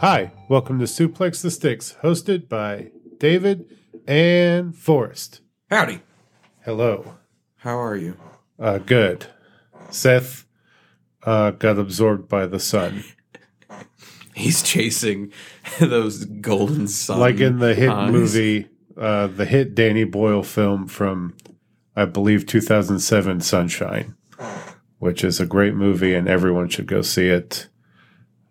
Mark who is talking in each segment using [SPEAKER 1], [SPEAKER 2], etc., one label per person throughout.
[SPEAKER 1] Hi, welcome to Suplex the Sticks, hosted by David and Forrest.
[SPEAKER 2] Howdy.
[SPEAKER 1] Hello.
[SPEAKER 2] How are you?
[SPEAKER 1] Uh, good. Seth uh, got absorbed by the sun,
[SPEAKER 2] He's chasing those golden sun.
[SPEAKER 1] like in the hit
[SPEAKER 2] eyes.
[SPEAKER 1] movie, uh, the hit Danny Boyle film from, I believe, 2007, Sunshine, which is a great movie and everyone should go see it.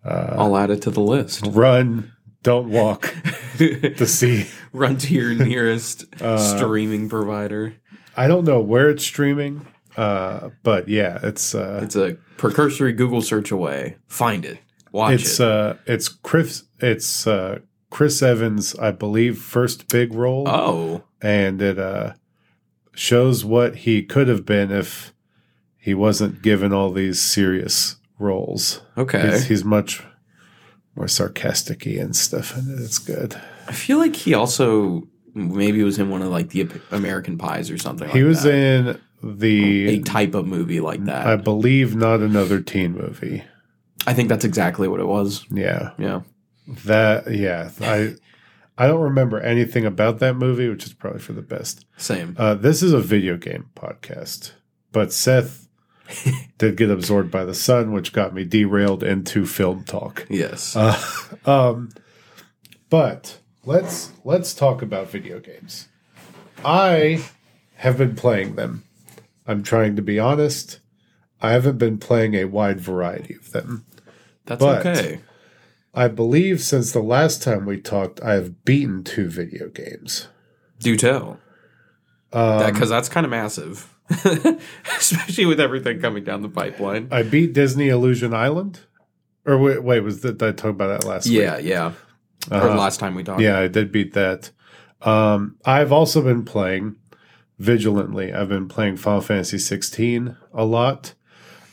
[SPEAKER 2] I'll add it to the list.
[SPEAKER 1] Run, don't walk to see.
[SPEAKER 2] Run to your nearest
[SPEAKER 1] Uh,
[SPEAKER 2] streaming provider.
[SPEAKER 1] I don't know where it's streaming, uh, but yeah, it's uh,
[SPEAKER 2] It's a precursory Google search away. Find it. Watch
[SPEAKER 1] it's
[SPEAKER 2] it.
[SPEAKER 1] uh it's Chris it's uh Chris Evans, I believe, first big role,
[SPEAKER 2] oh,
[SPEAKER 1] and it uh shows what he could have been if he wasn't given all these serious roles.
[SPEAKER 2] okay.
[SPEAKER 1] He's, he's much more sarcastic and stuff, and it's good.
[SPEAKER 2] I feel like he also maybe was in one of like the American Pies or something.
[SPEAKER 1] He
[SPEAKER 2] like
[SPEAKER 1] was
[SPEAKER 2] that. Oh,
[SPEAKER 1] in
[SPEAKER 2] a
[SPEAKER 1] the,
[SPEAKER 2] type of movie like that.
[SPEAKER 1] I believe, not another teen movie.
[SPEAKER 2] I think that's exactly what it was.
[SPEAKER 1] Yeah,
[SPEAKER 2] Yeah.
[SPEAKER 1] that yeah, I I don't remember anything about that movie, which is probably for the best.
[SPEAKER 2] Same.
[SPEAKER 1] Uh, this is a video game podcast, but Seth did get absorbed by the sun, which got me derailed into film talk.
[SPEAKER 2] yes.
[SPEAKER 1] Uh, um, but let's let's talk about video games. I have been playing them. I'm trying to be honest. I haven't been playing a wide variety of them.
[SPEAKER 2] that's
[SPEAKER 1] but-
[SPEAKER 2] okay.
[SPEAKER 1] I believe since the last time we talked, I have beaten two video games.
[SPEAKER 2] Do tell.
[SPEAKER 1] Um,
[SPEAKER 2] because that's kind of massive, especially with everything coming down the pipeline.
[SPEAKER 1] I beat Disney Illusion Island. Or wait, wait was that did I talk about that last
[SPEAKER 2] yeah,
[SPEAKER 1] week?
[SPEAKER 2] yeah. or
[SPEAKER 1] Uh,
[SPEAKER 2] last time we talked.
[SPEAKER 1] yeah, I did beat that. Um, I've also been playing vigilantly. I've been playing Final Fantasy 16 a lot.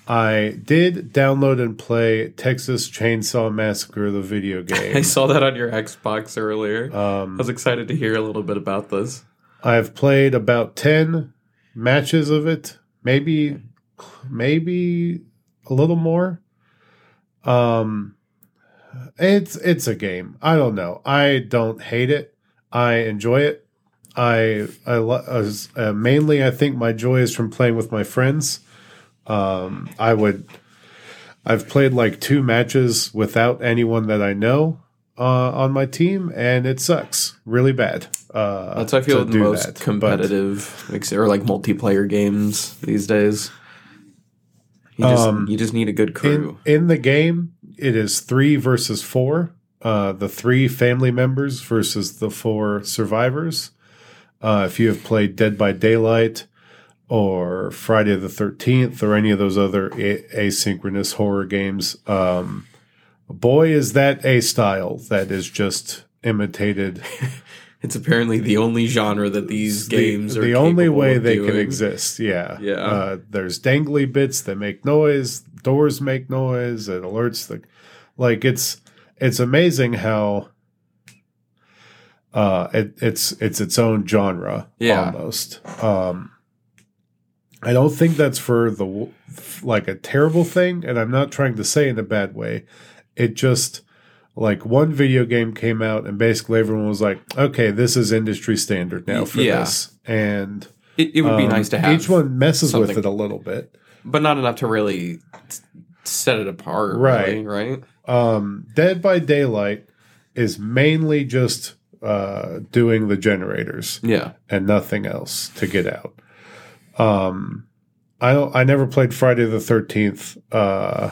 [SPEAKER 1] I did download and play Texas Chainsaw Massacre, the video
[SPEAKER 2] I
[SPEAKER 1] game.
[SPEAKER 2] saw that on your Xbox earlier. I
[SPEAKER 1] um,
[SPEAKER 2] was excited to hear a little bit about this.
[SPEAKER 1] I've played about 10 matches of it, maybe maybe a little more. Um it's it's a game. I don't know. I don't hate it. I enjoy it. I I lo- as- uh, mainly I think my joy is from playing with my friends. Um I would I've played like two matches without anyone that I know uh, on my team, and it sucks really bad. Uh,
[SPEAKER 2] That's how I feel
[SPEAKER 1] to
[SPEAKER 2] with the
[SPEAKER 1] do
[SPEAKER 2] most
[SPEAKER 1] that. But-
[SPEAKER 2] competitive ex- or like multiplayer games these days. You just,
[SPEAKER 1] Um,
[SPEAKER 2] you just need a good
[SPEAKER 1] in,
[SPEAKER 2] crew.
[SPEAKER 1] in the game it is three versus four uh, the three family members versus the four survivors uh, if you have played dead by daylight or friday the 13th or any of those other a- asynchronous horror games um, boy is that a style that is just imitated
[SPEAKER 2] it's apparently the only genre that these
[SPEAKER 1] the-
[SPEAKER 2] games
[SPEAKER 1] the,
[SPEAKER 2] are
[SPEAKER 1] only
[SPEAKER 2] capable
[SPEAKER 1] way
[SPEAKER 2] of
[SPEAKER 1] they can
[SPEAKER 2] doing.
[SPEAKER 1] exist yeah
[SPEAKER 2] Yeah.
[SPEAKER 1] uh, there's dangly bits that make noise doors make noise it alerts the like it's it's amazing how uh it, it's it's its own genre
[SPEAKER 2] Yeah.
[SPEAKER 1] almost um i don't think that's for the w- like a terrible thing and i'm not trying to say in a bad way it just like one video game came out and basically everyone was like okay this is industry standard now for
[SPEAKER 2] Yeah.
[SPEAKER 1] this and
[SPEAKER 2] It, it would be
[SPEAKER 1] um,
[SPEAKER 2] nice to have
[SPEAKER 1] each one messes with
[SPEAKER 2] something.
[SPEAKER 1] it a little bit
[SPEAKER 2] but not enough to really s- set it apart.
[SPEAKER 1] Right.
[SPEAKER 2] really, right.
[SPEAKER 1] um, Dead by Daylight is mainly just uh, doing the generators
[SPEAKER 2] Yeah.
[SPEAKER 1] and nothing else to get out. Um, I don't. I never played Friday the Thirteenth, uh,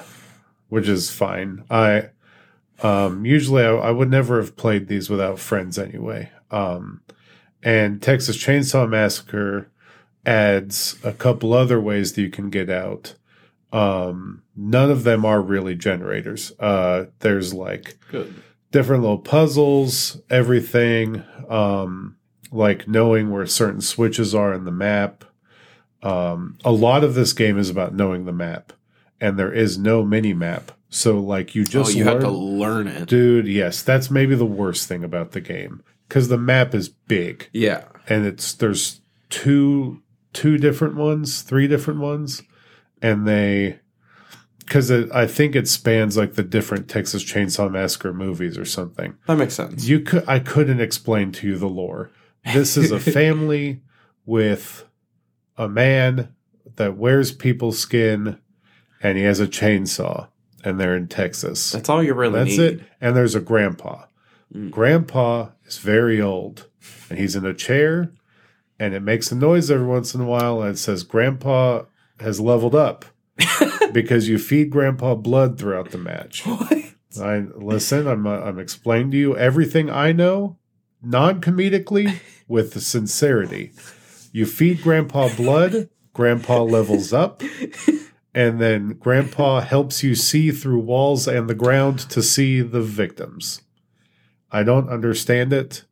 [SPEAKER 1] which is fine. I um, usually I, I would never have played these without friends anyway. Um, and Texas Chainsaw Massacre adds a couple other ways that you can get out. Um, none of them are really generators. Uh, there's like
[SPEAKER 2] Good.
[SPEAKER 1] different little puzzles, everything, um, like knowing where certain switches are in the map. Um, a lot of this game is about knowing the map, and there is no mini map. So, like, you just
[SPEAKER 2] oh, you
[SPEAKER 1] learn,
[SPEAKER 2] have to learn it.
[SPEAKER 1] dude. Yes, that's maybe the worst thing about the game because the map is big
[SPEAKER 2] yeah.
[SPEAKER 1] and it's there's two two different ones, three different ones, and they because I think it spans like the different Texas Chainsaw Massacre movies or something.
[SPEAKER 2] That makes sense.
[SPEAKER 1] You could I couldn't explain to you the lore. This is a family with a man that wears people's skin, and he has a chainsaw, and they're in Texas.
[SPEAKER 2] That's all you really
[SPEAKER 1] That's
[SPEAKER 2] need.
[SPEAKER 1] it. And there's a grandpa.
[SPEAKER 2] Mm.
[SPEAKER 1] Grandpa is very old and he's in a chair and it makes a noise every once in a while and it says, Grandpa has leveled up because you feed Grandpa blood throughout the match.
[SPEAKER 2] What?
[SPEAKER 1] I Listen, I'm, uh, I'm explaining to you everything I know non comedically with sincerity. You feed Grandpa blood, Grandpa levels up. And then Grandpa helps you see through walls and the ground to see the victims. I don't understand it.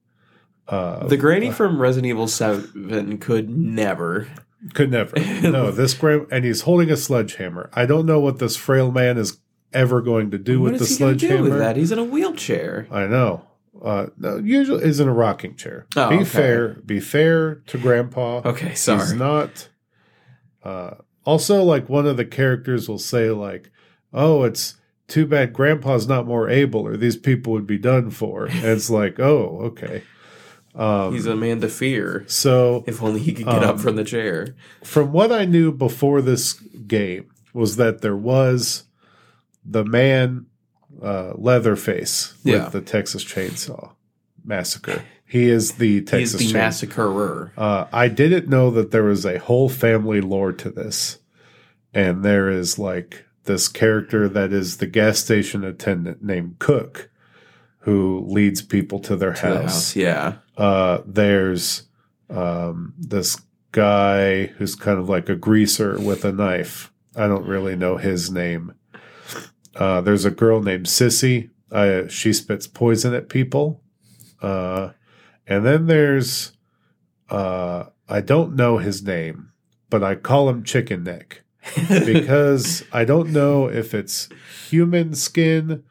[SPEAKER 1] Uh,
[SPEAKER 2] The granny from Resident Evil 7 could never.
[SPEAKER 1] could never. No, this grand and he's holding a sledgehammer. I don't know what this frail man is ever going to do
[SPEAKER 2] What
[SPEAKER 1] with
[SPEAKER 2] is
[SPEAKER 1] the
[SPEAKER 2] he gonna do
[SPEAKER 1] sledgehammer.
[SPEAKER 2] with that? He's in a wheelchair.
[SPEAKER 1] I know. Uh, no, usually is in a rocking chair.
[SPEAKER 2] Oh,
[SPEAKER 1] be
[SPEAKER 2] okay.
[SPEAKER 1] fair. Be fair to Grandpa.
[SPEAKER 2] Okay,
[SPEAKER 1] He's
[SPEAKER 2] sorry.
[SPEAKER 1] not. Uh, also, like one of the characters will say, like, "Oh, it's too bad Grandpa's not more able, or these people would be done for." And it's like, "Oh, okay." Um,
[SPEAKER 2] He's a man to fear.
[SPEAKER 1] so,
[SPEAKER 2] If only he could get
[SPEAKER 1] Um,
[SPEAKER 2] up from the chair.
[SPEAKER 1] from what I knew before this game, was that there was the man uh, Leatherface
[SPEAKER 2] Yeah.
[SPEAKER 1] with the Texas Chainsaw Massacre. He is the
[SPEAKER 2] He's
[SPEAKER 1] Texas
[SPEAKER 2] the
[SPEAKER 1] Chainsaw.
[SPEAKER 2] massacrer.
[SPEAKER 1] Uh, I didn't know that there was a whole family lore to this. And there is like this character that is the gas station attendant named Cook who leads people to their
[SPEAKER 2] to the
[SPEAKER 1] house.
[SPEAKER 2] Yeah.
[SPEAKER 1] Uh, there's um, this guy who's kind of like a greaser with a knife. I don't really know his name. Uh, there's a girl named Sissy. I, she spits poison at people. Uh, and then there's, uh, I don't know his name, but I call him Chicken Neck because I don't know if it's human skin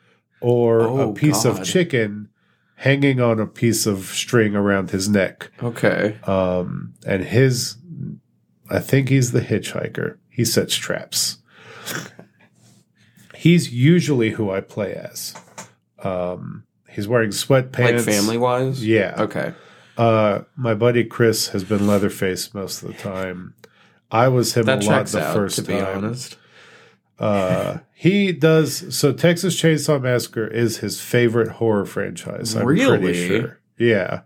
[SPEAKER 1] or
[SPEAKER 2] Oh,
[SPEAKER 1] a piece
[SPEAKER 2] God.
[SPEAKER 1] of chicken hanging on a piece of string around his neck.
[SPEAKER 2] okay.
[SPEAKER 1] Um, and his, I think he's the hitchhiker. He sets traps. He's usually who I play as. Um, he's wearing sweatpants.
[SPEAKER 2] Like family wise?
[SPEAKER 1] Yeah.
[SPEAKER 2] Okay.
[SPEAKER 1] Uh, my buddy Chris has been Leatherface most of the time. I was him
[SPEAKER 2] That
[SPEAKER 1] a lot
[SPEAKER 2] checks
[SPEAKER 1] the
[SPEAKER 2] out,
[SPEAKER 1] first
[SPEAKER 2] to be
[SPEAKER 1] time.
[SPEAKER 2] honest.
[SPEAKER 1] Uh, he does. So Texas Chainsaw Massacre is his favorite horror franchise. I'm
[SPEAKER 2] Really?
[SPEAKER 1] pretty sure. Yeah.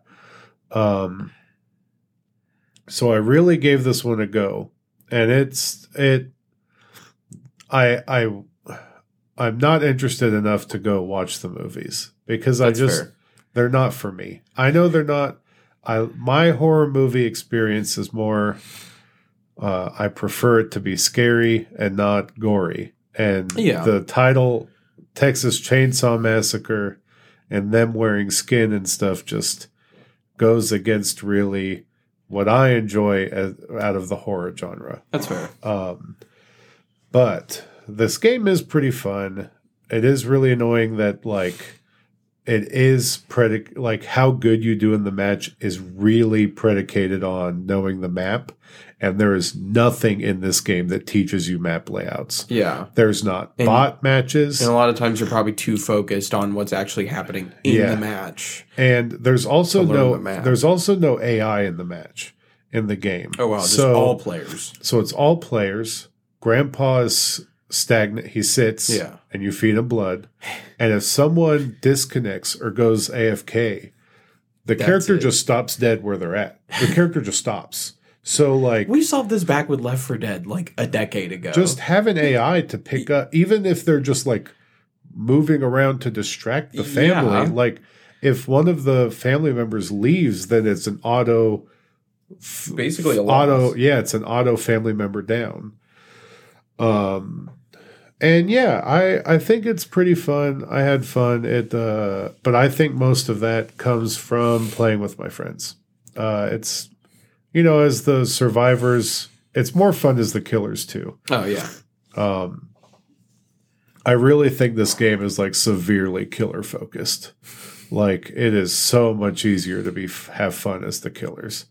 [SPEAKER 1] Um. So I really gave this one a go, and it's it. I I I'm not interested enough to go watch the movies because
[SPEAKER 2] That's
[SPEAKER 1] I just
[SPEAKER 2] fair.
[SPEAKER 1] they're not for me. I know they're not. I my horror movie experience is more. Uh, I prefer it to be scary and not gory. And
[SPEAKER 2] Yeah.
[SPEAKER 1] the title, Texas Chainsaw Massacre, and them wearing skin and stuff just goes against really what I enjoy as, out of the horror genre.
[SPEAKER 2] That's fair.
[SPEAKER 1] Um, but this game is pretty fun. It is really annoying that like it is predic like how good you do in the match is really predicated on knowing the map, and there is nothing in this game that teaches you map layouts.
[SPEAKER 2] Yeah.
[SPEAKER 1] There's not
[SPEAKER 2] And-
[SPEAKER 1] bot matches,
[SPEAKER 2] And a lot of times you're probably too focused on what's actually happening in
[SPEAKER 1] Yeah.
[SPEAKER 2] the match.
[SPEAKER 1] and there's also
[SPEAKER 2] To learn
[SPEAKER 1] no
[SPEAKER 2] the map.
[SPEAKER 1] there's also no AI in the match in the game.
[SPEAKER 2] Oh wow, just
[SPEAKER 1] So-
[SPEAKER 2] all players.
[SPEAKER 1] So it's all players. Grandpa is stagnant. He sits.
[SPEAKER 2] Yeah.
[SPEAKER 1] And you feed him blood. And if someone disconnects or goes AFK, the
[SPEAKER 2] That's
[SPEAKER 1] character
[SPEAKER 2] it.
[SPEAKER 1] just stops dead where they're at. The character just stops. So like
[SPEAKER 2] We solved this back with Left for Dead like a decade ago.
[SPEAKER 1] just have an AI to pick up even if they're just like moving around to distract the family.
[SPEAKER 2] Yeah.
[SPEAKER 1] Like if one of the family members leaves, then it's an auto
[SPEAKER 2] basically a lot
[SPEAKER 1] auto yeah it's an auto family member down um and yeah i i think it's pretty fun i had fun it uh but i think most of that comes from playing with my friends uh it's you know as the survivors it's more fun as the killers too
[SPEAKER 2] Oh yeah.
[SPEAKER 1] um i really think this game is like severely killer focused like it is so much easier to be have fun as the killers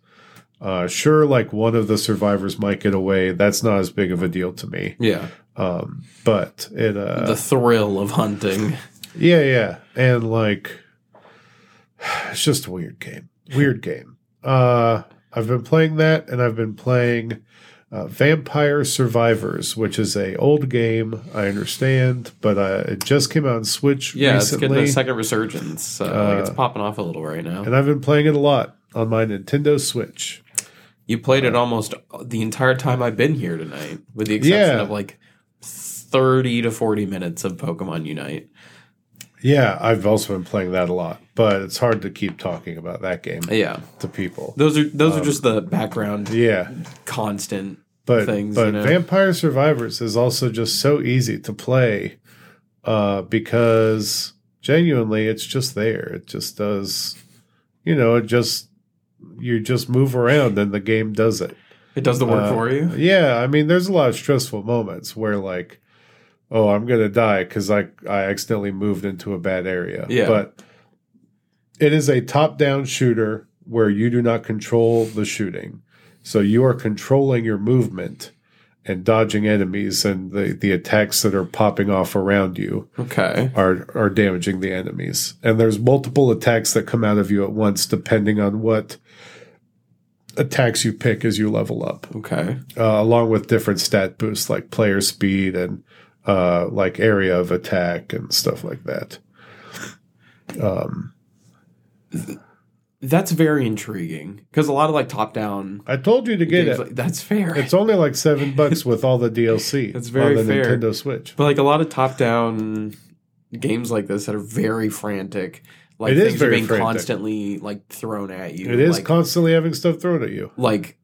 [SPEAKER 1] uh sure like one of the survivors might get away that's not as big of a deal to me
[SPEAKER 2] Yeah.
[SPEAKER 1] Um, but it uh,
[SPEAKER 2] the thrill of hunting.
[SPEAKER 1] yeah, yeah, and like it's just a weird game. Weird game. Uh, I've been playing that, and I've been playing uh, Vampire Survivors, which is a old game. I understand, but uh, it just came out on Switch
[SPEAKER 2] Yeah,
[SPEAKER 1] recently.
[SPEAKER 2] it's getting a second resurgence. So like it's
[SPEAKER 1] Uh,
[SPEAKER 2] popping off a little right now.
[SPEAKER 1] and I've been playing it a lot on my Nintendo Switch.
[SPEAKER 2] You played it almost the entire time I've been here tonight, with the exception
[SPEAKER 1] Yeah.
[SPEAKER 2] of like thirty to forty minutes of Pokemon Unite.
[SPEAKER 1] Yeah, I've also been playing that a lot, but it's hard to keep talking about that game
[SPEAKER 2] Yeah,
[SPEAKER 1] to people.
[SPEAKER 2] those are those
[SPEAKER 1] Um,
[SPEAKER 2] are just the background
[SPEAKER 1] Yeah,
[SPEAKER 2] constant.
[SPEAKER 1] but
[SPEAKER 2] things,
[SPEAKER 1] but
[SPEAKER 2] you know.
[SPEAKER 1] Vampire Survivors is also just so easy to play uh, because genuinely, it's just there. It just does, you know, it just you just move around and the game does it.
[SPEAKER 2] It does the work
[SPEAKER 1] Uh,
[SPEAKER 2] for you.
[SPEAKER 1] Yeah, I mean, there's a lot of stressful moments where like, oh, I'm gonna die because I I accidentally moved into a bad area.
[SPEAKER 2] Yeah.
[SPEAKER 1] but it is a top-down shooter where you do not control the shooting, so you are controlling your movement and dodging enemies and the the attacks that are popping off around you
[SPEAKER 2] Okay.
[SPEAKER 1] are are damaging the enemies. And there's multiple attacks that come out of you at once depending on what attacks you pick as you level up
[SPEAKER 2] Okay.
[SPEAKER 1] uh, along with different stat boosts like player speed and uh, like area of attack and stuff like that. Um,
[SPEAKER 2] That's very intriguing because a lot of like top down.
[SPEAKER 1] I told you to get it.
[SPEAKER 2] That's fair.
[SPEAKER 1] It's only like seven bucks with all the DLC.
[SPEAKER 2] That's very
[SPEAKER 1] on the
[SPEAKER 2] fair.
[SPEAKER 1] Nintendo Switch.
[SPEAKER 2] But like a lot of top down games like this that are very frantic, like
[SPEAKER 1] It is
[SPEAKER 2] things are
[SPEAKER 1] very
[SPEAKER 2] being
[SPEAKER 1] frantic.
[SPEAKER 2] constantly like thrown at you.
[SPEAKER 1] It is
[SPEAKER 2] like,
[SPEAKER 1] constantly having stuff thrown at you.
[SPEAKER 2] like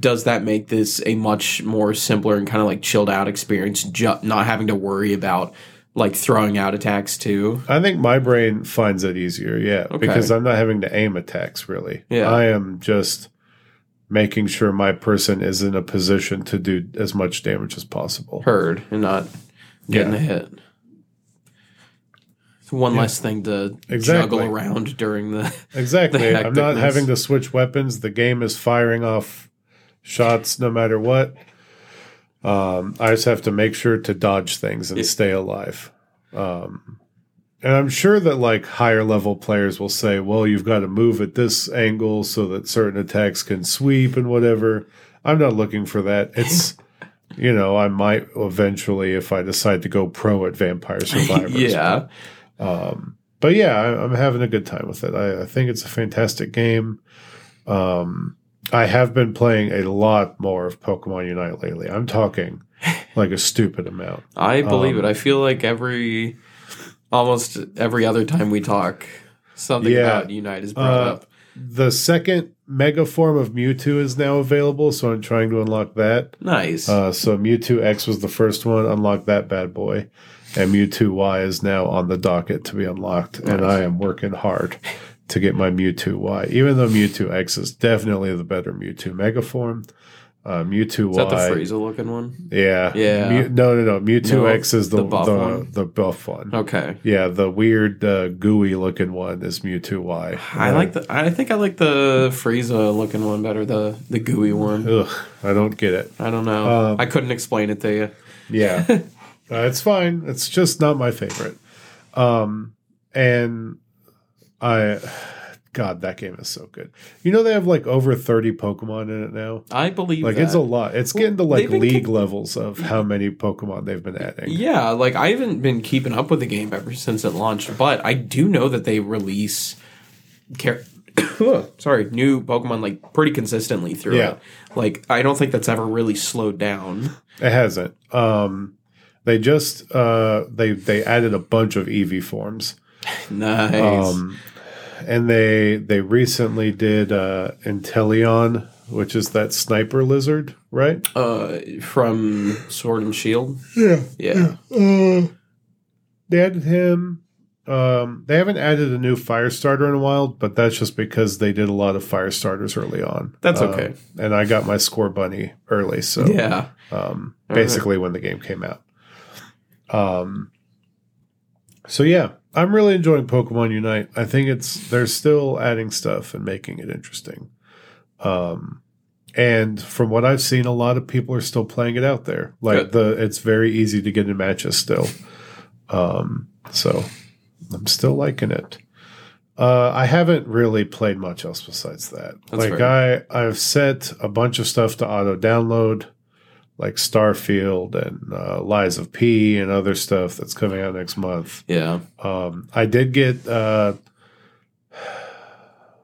[SPEAKER 2] does that make this a much more simpler and kind of like chilled out experience? Ju- not having to worry about like throwing out attacks too.
[SPEAKER 1] I think my brain finds it easier, yeah,
[SPEAKER 2] Okay.
[SPEAKER 1] because I'm not having to aim attacks really.
[SPEAKER 2] Yeah.
[SPEAKER 1] I am just making sure my person is in a position to do as much damage as possible.
[SPEAKER 2] Heard and not getting
[SPEAKER 1] Yeah.
[SPEAKER 2] a hit. It's one less thing to
[SPEAKER 1] Exactly.
[SPEAKER 2] juggle around during the.
[SPEAKER 1] Exactly.
[SPEAKER 2] the
[SPEAKER 1] I'm not
[SPEAKER 2] hecticness.
[SPEAKER 1] having to switch weapons. The game is firing off shots no matter what. Um, I just have to make sure to dodge things and
[SPEAKER 2] Yeah.
[SPEAKER 1] stay alive. Um, and I'm sure that like higher level players will say, "Well, you've got to move at this angle so that certain attacks can sweep and whatever." I'm not looking for that. It's you know, I might eventually if I decide to go pro at Vampire Survivors.
[SPEAKER 2] yeah.
[SPEAKER 1] Um, but yeah, I, I'm having a good time with it. I, I think it's a fantastic game. Um, I have been playing a lot more of Pokemon Unite lately. I'm talking like a stupid amount.
[SPEAKER 2] I believe
[SPEAKER 1] Um,
[SPEAKER 2] it. I feel like every almost every other time we talk, something
[SPEAKER 1] Yeah.
[SPEAKER 2] about Unite is brought
[SPEAKER 1] Uh,
[SPEAKER 2] up.
[SPEAKER 1] The second mega form of Mewtwo is now available, so I'm trying to unlock that.
[SPEAKER 2] Nice.
[SPEAKER 1] Uh, so Mewtwo X was the first one, unlock that bad boy. And Mewtwo Y is now on the docket to be unlocked, and
[SPEAKER 2] Nice.
[SPEAKER 1] I am working hard to get my Mewtwo Y. Even though Mewtwo X is definitely the better Mewtwo Mega Form, uh, Mewtwo
[SPEAKER 2] is that the
[SPEAKER 1] Y,
[SPEAKER 2] Frieza looking one?
[SPEAKER 1] yeah,
[SPEAKER 2] Yeah.
[SPEAKER 1] Mew, no, no, no, Mewtwo
[SPEAKER 2] No,
[SPEAKER 1] X is the
[SPEAKER 2] the
[SPEAKER 1] the
[SPEAKER 2] buff
[SPEAKER 1] the,
[SPEAKER 2] one?
[SPEAKER 1] buff one.
[SPEAKER 2] Okay.
[SPEAKER 1] Yeah, the weird uh, gooey looking one is Mewtwo Y.
[SPEAKER 2] I like the. I think I like the Frieza looking one better. The the gooey one.
[SPEAKER 1] Ugh, I don't get it.
[SPEAKER 2] I don't know.
[SPEAKER 1] Um,
[SPEAKER 2] I couldn't explain it to you.
[SPEAKER 1] Yeah, uh, it's fine. It's just not my favorite. Um, and I, God, that game is so good. You know they have like over thirty Pokemon in it now.
[SPEAKER 2] I believe
[SPEAKER 1] Like
[SPEAKER 2] that.
[SPEAKER 1] it's a lot. It's
[SPEAKER 2] Well,
[SPEAKER 1] getting to like
[SPEAKER 2] they've been
[SPEAKER 1] league
[SPEAKER 2] kick-
[SPEAKER 1] levels of how many Pokemon they've been adding.
[SPEAKER 2] Yeah, like I haven't been keeping up with the game ever since it launched, but I do know that they release char- sorry, new Pokemon like pretty consistently through
[SPEAKER 1] Yeah.
[SPEAKER 2] it. Like I don't think that's ever really slowed down.
[SPEAKER 1] It hasn't. Um, they just uh they they added a bunch of EV forms.
[SPEAKER 2] Nice.
[SPEAKER 1] Um, and they they recently did uh Inteleon, which is that sniper lizard, right?
[SPEAKER 2] uh from Sword and Shield.
[SPEAKER 1] Yeah.
[SPEAKER 2] Yeah.
[SPEAKER 1] Uh, they added him. Um, they haven't added a new fire starter in a while, but that's just because they did a lot of fire starters early on.
[SPEAKER 2] That's
[SPEAKER 1] Um,
[SPEAKER 2] okay.
[SPEAKER 1] and I got my score bunny early, so
[SPEAKER 2] Yeah.
[SPEAKER 1] um,
[SPEAKER 2] All right.
[SPEAKER 1] basically when the game came out. Um, so yeah, I'm really enjoying Pokemon Unite. I think it's they're still adding stuff and making it interesting. Um, And from what I've seen, a lot of people are still playing it out there. Like
[SPEAKER 2] Good.
[SPEAKER 1] the, it's very easy to get in matches still. Um, so I'm still liking it. Uh, I haven't really played much else besides that.
[SPEAKER 2] That's
[SPEAKER 1] like I, I've set a bunch of stuff to auto download, like Starfield and uh, Lies of P and other stuff that's coming out next month.
[SPEAKER 2] Yeah.
[SPEAKER 1] Um, I did get uh,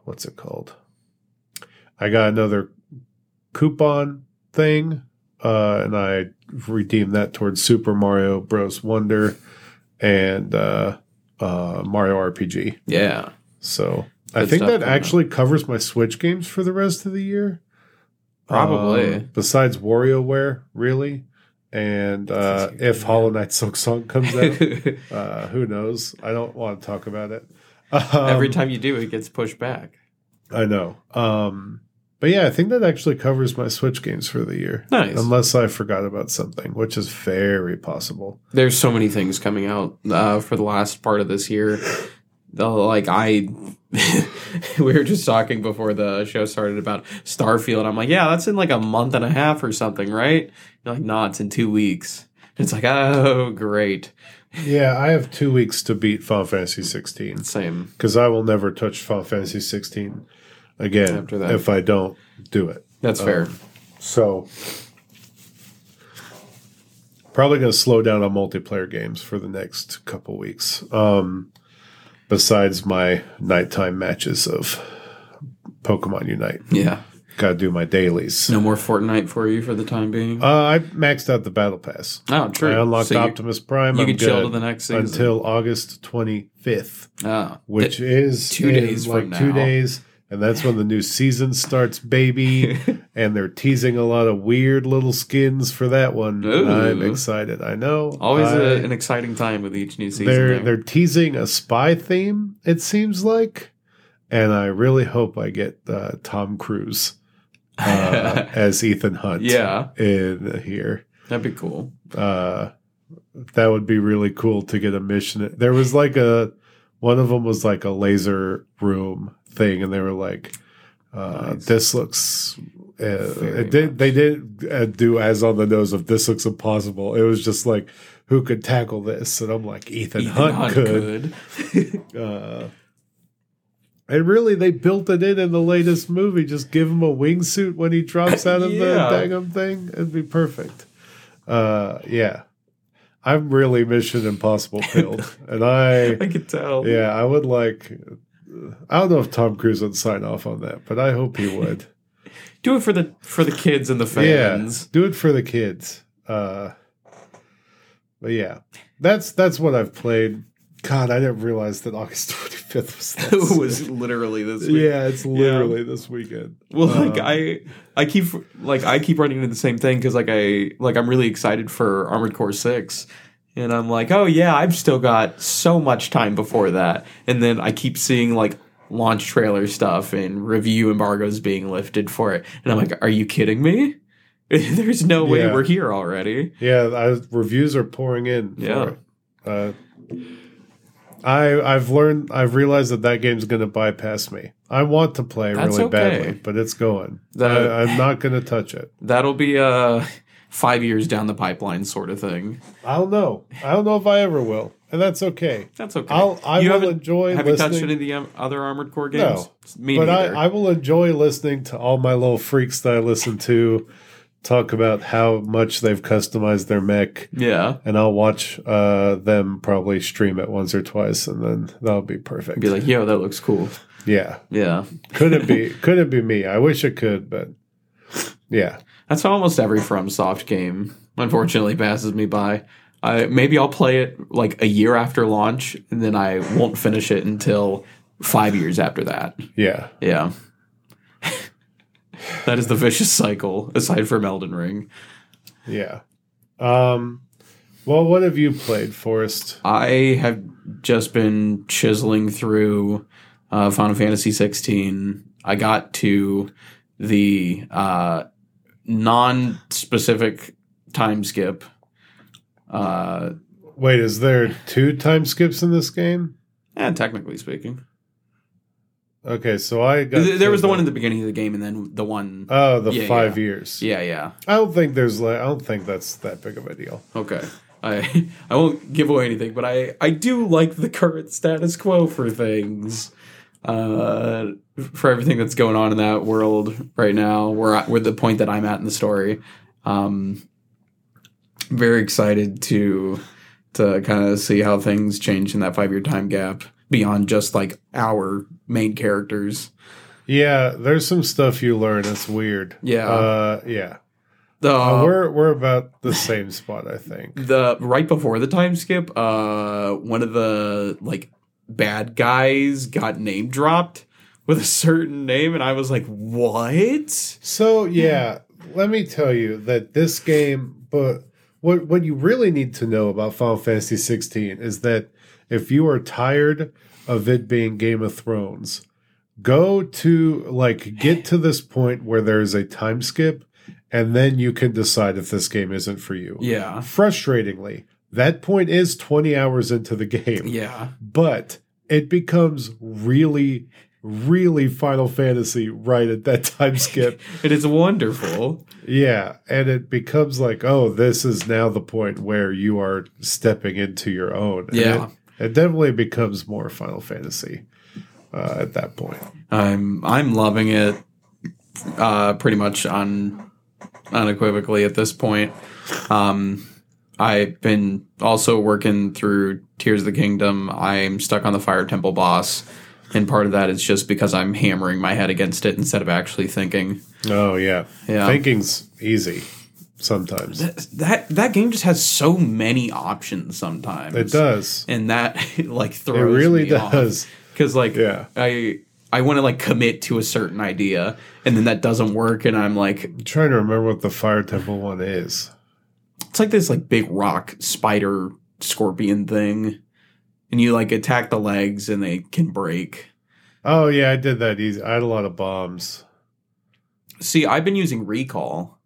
[SPEAKER 1] what's it called? I got another coupon thing, uh, and I redeemed that towards Super Mario Bros. Wonder and uh, uh, Mario RPG.
[SPEAKER 2] Yeah.
[SPEAKER 1] So I
[SPEAKER 2] Good
[SPEAKER 1] think
[SPEAKER 2] stuff
[SPEAKER 1] that
[SPEAKER 2] coming up.
[SPEAKER 1] actually covers my Switch games for the rest of the year.
[SPEAKER 2] Probably.
[SPEAKER 1] Um, besides WarioWare, really. And uh,
[SPEAKER 2] That's a-
[SPEAKER 1] if Hollow Knight Silk Song comes out, uh, who knows? I don't want to talk about it. Um,
[SPEAKER 2] Every time you do, it gets pushed back.
[SPEAKER 1] I know. Um, but yeah, I think that actually covers my Switch games for the year.
[SPEAKER 2] Nice.
[SPEAKER 1] Unless I forgot about something, which is very possible.
[SPEAKER 2] There's so many things coming out uh, for the last part of this year. The, like I, we were just talking before the show started about Starfield. I'm like, yeah, that's in like a month and a half or something, right? You're like, nah, it's in two weeks. It's like, oh, great.
[SPEAKER 1] Yeah, I have two weeks to beat Final Fantasy 16
[SPEAKER 2] Same.
[SPEAKER 1] because I will never touch Final Fantasy 16 again
[SPEAKER 2] After that.
[SPEAKER 1] if I don't do it.
[SPEAKER 2] That's fair.
[SPEAKER 1] Oh. So probably going to slow down on multiplayer games for the next couple weeks. Um, besides my nighttime matches of Pokemon Unite,
[SPEAKER 2] Yeah.
[SPEAKER 1] got to do my dailies.
[SPEAKER 2] No more Fortnite for you for the time being.
[SPEAKER 1] Uh, I maxed out the battle pass.
[SPEAKER 2] oh, true.
[SPEAKER 1] I unlocked
[SPEAKER 2] So you-
[SPEAKER 1] Optimus Prime.
[SPEAKER 2] you
[SPEAKER 1] I'm
[SPEAKER 2] can chill to
[SPEAKER 1] good
[SPEAKER 2] the next season.
[SPEAKER 1] until August 25th,
[SPEAKER 2] oh.
[SPEAKER 1] which is
[SPEAKER 2] two
[SPEAKER 1] in,
[SPEAKER 2] days
[SPEAKER 1] like
[SPEAKER 2] from
[SPEAKER 1] two
[SPEAKER 2] now.
[SPEAKER 1] days. And that's when the new season starts, baby. and they're teasing a lot of weird little skins for that one.
[SPEAKER 2] Ooh.
[SPEAKER 1] I'm excited. I know.
[SPEAKER 2] Always
[SPEAKER 1] I,
[SPEAKER 2] a, an exciting time with each new season.
[SPEAKER 1] they're
[SPEAKER 2] there.
[SPEAKER 1] they're teasing a spy theme. It seems like, and I really hope I get uh, Tom Cruise uh, as Ethan Hunt.
[SPEAKER 2] yeah,
[SPEAKER 1] in here.
[SPEAKER 2] that'd be cool.
[SPEAKER 1] Uh, that would be really cool to get a mission. There was like a one of them was like a laser room thing, and they were like, uh,
[SPEAKER 2] Nice.
[SPEAKER 1] "This looks." Uh,
[SPEAKER 2] Very
[SPEAKER 1] it did, they did uh, do as on the nose of this looks impossible. It was just like, who could tackle this? And I'm like, Ethan,
[SPEAKER 2] Ethan
[SPEAKER 1] Hunt,
[SPEAKER 2] Hunt
[SPEAKER 1] could.
[SPEAKER 2] could.
[SPEAKER 1] Uh, and really, they built it in in the latest movie. Just give him a wingsuit when he drops out of
[SPEAKER 2] Yeah.
[SPEAKER 1] the daggum thing. It'd be perfect. Uh, yeah, I'm really Mission Impossible filled, and I
[SPEAKER 2] I could tell.
[SPEAKER 1] yeah, I would like. I don't know if Tom Cruise would sign off on that, but I hope he would.
[SPEAKER 2] Do it for the for the kids and the fans.
[SPEAKER 1] Yeah, do it for the kids. Uh, but yeah, that's that's what I've played. God, I didn't realize that August 25th was
[SPEAKER 2] It
[SPEAKER 1] this.
[SPEAKER 2] was literally this week.
[SPEAKER 1] yeah, it's literally this weekend.
[SPEAKER 2] Well, like
[SPEAKER 1] Um,
[SPEAKER 2] I, I keep like I keep running into the same thing because like I like I'm really excited for Armored Core Six, and I'm like, oh yeah, I've still got so much time before that, and then I keep seeing like launch trailer stuff and review embargoes being lifted for it, and I'm like, are you kidding me? There's no way
[SPEAKER 1] Yeah.
[SPEAKER 2] we're here already.
[SPEAKER 1] Yeah, I, reviews are pouring in.
[SPEAKER 2] Yeah.
[SPEAKER 1] For it. Uh, I I've learned I've realized that that game's going to bypass me. I want to play
[SPEAKER 2] That's
[SPEAKER 1] really
[SPEAKER 2] okay.
[SPEAKER 1] badly, but it's going.
[SPEAKER 2] The-
[SPEAKER 1] I, I'm not going to touch it.
[SPEAKER 2] That'll be uh five years down the pipeline sort of thing.
[SPEAKER 1] I don't know. I don't know if I ever will, and that's okay.
[SPEAKER 2] That's okay.
[SPEAKER 1] I'll I
[SPEAKER 2] You
[SPEAKER 1] will
[SPEAKER 2] haven't-
[SPEAKER 1] enjoy
[SPEAKER 2] Have you
[SPEAKER 1] listening.
[SPEAKER 2] touched any of the um, other Armored Core
[SPEAKER 1] No,
[SPEAKER 2] games? Me
[SPEAKER 1] but
[SPEAKER 2] neither.
[SPEAKER 1] I, I will enjoy listening to all my little freaks that I listen to talk about how much they've customized their mech,
[SPEAKER 2] yeah.
[SPEAKER 1] and I'll watch uh, them probably stream it once or twice, and then that'll be perfect.
[SPEAKER 2] be like, yo, that looks cool.
[SPEAKER 1] yeah,
[SPEAKER 2] Yeah.
[SPEAKER 1] could it be? could it be me? I wish it could, but yeah,
[SPEAKER 2] That's how almost every FromSoft game, unfortunately, passes me by. I, maybe I'll play it like a year after launch, and then I won't finish it until five years after that.
[SPEAKER 1] yeah,
[SPEAKER 2] Yeah. that is the vicious cycle, aside from Elden Ring.
[SPEAKER 1] yeah. Um, well, what have you played, Forrest?
[SPEAKER 2] I have just been chiseling through uh, Final Fantasy 16. I got to the uh, non-specific time skip. Uh,
[SPEAKER 1] Wait, is there two time skips in this game?
[SPEAKER 2] eh, technically speaking,
[SPEAKER 1] Okay, so I got
[SPEAKER 2] Th- there was
[SPEAKER 1] to
[SPEAKER 2] the one in the beginning of the game, and then the one.
[SPEAKER 1] Oh, the
[SPEAKER 2] Yeah,
[SPEAKER 1] five
[SPEAKER 2] yeah.
[SPEAKER 1] years.
[SPEAKER 2] yeah, yeah.
[SPEAKER 1] I don't think there's. Like, I don't think that's that big of a deal.
[SPEAKER 2] Okay. I I won't give away anything, but I I do like the current status quo for things. Uh, for everything that's going on in that world right now, where I, where the point that I'm at in the story, um, very excited to to kind of see how things change in that five year time gap beyond just like our main characters.
[SPEAKER 1] Yeah, there's some stuff you learn. It's weird.
[SPEAKER 2] Yeah. um,
[SPEAKER 1] Uh, yeah.
[SPEAKER 2] The
[SPEAKER 1] Uh, we're we're about the same spot, I think.
[SPEAKER 2] the right before the time skip uh one of the like bad guys got name dropped with a certain name and i was like what
[SPEAKER 1] So yeah, let me tell you that this game, but what what you really need to know about Final Fantasy 16 is that if you are tired of it being Game of Thrones, go to like get to this point where there is a time skip, and then you can decide if this game isn't for you.
[SPEAKER 2] yeah
[SPEAKER 1] Frustratingly, that point is 20 hours into the game.
[SPEAKER 2] yeah
[SPEAKER 1] but it becomes really really final fantasy right at that time skip
[SPEAKER 2] it is wonderful
[SPEAKER 1] yeah and it becomes like oh this is now the point where you are stepping into your own And
[SPEAKER 2] Yeah.
[SPEAKER 1] it, it definitely becomes more final fantasy uh, at that point
[SPEAKER 2] i'm i'm loving it uh pretty much on unequivocally at this point um I've been also working through Tears of the Kingdom. I'm stuck on the Fire Temple boss, and part of that is just because I'm hammering my head against it instead of actually thinking.
[SPEAKER 1] oh yeah,
[SPEAKER 2] Yeah.
[SPEAKER 1] thinking's easy sometimes
[SPEAKER 2] That that game just has so many options sometimes.
[SPEAKER 1] it does
[SPEAKER 2] and that like
[SPEAKER 1] it
[SPEAKER 2] throws
[SPEAKER 1] really
[SPEAKER 2] me off.
[SPEAKER 1] does
[SPEAKER 2] because like
[SPEAKER 1] Yeah.
[SPEAKER 2] I I want to like commit to a certain idea, and then that doesn't work, and I'm like,
[SPEAKER 1] i'm trying to remember what the fire temple one is
[SPEAKER 2] it's like this like big rock spider scorpion thing, and you like attack the legs, and they can break.
[SPEAKER 1] oh yeah i did that easy i had a lot of bombs
[SPEAKER 2] See, I've been using recall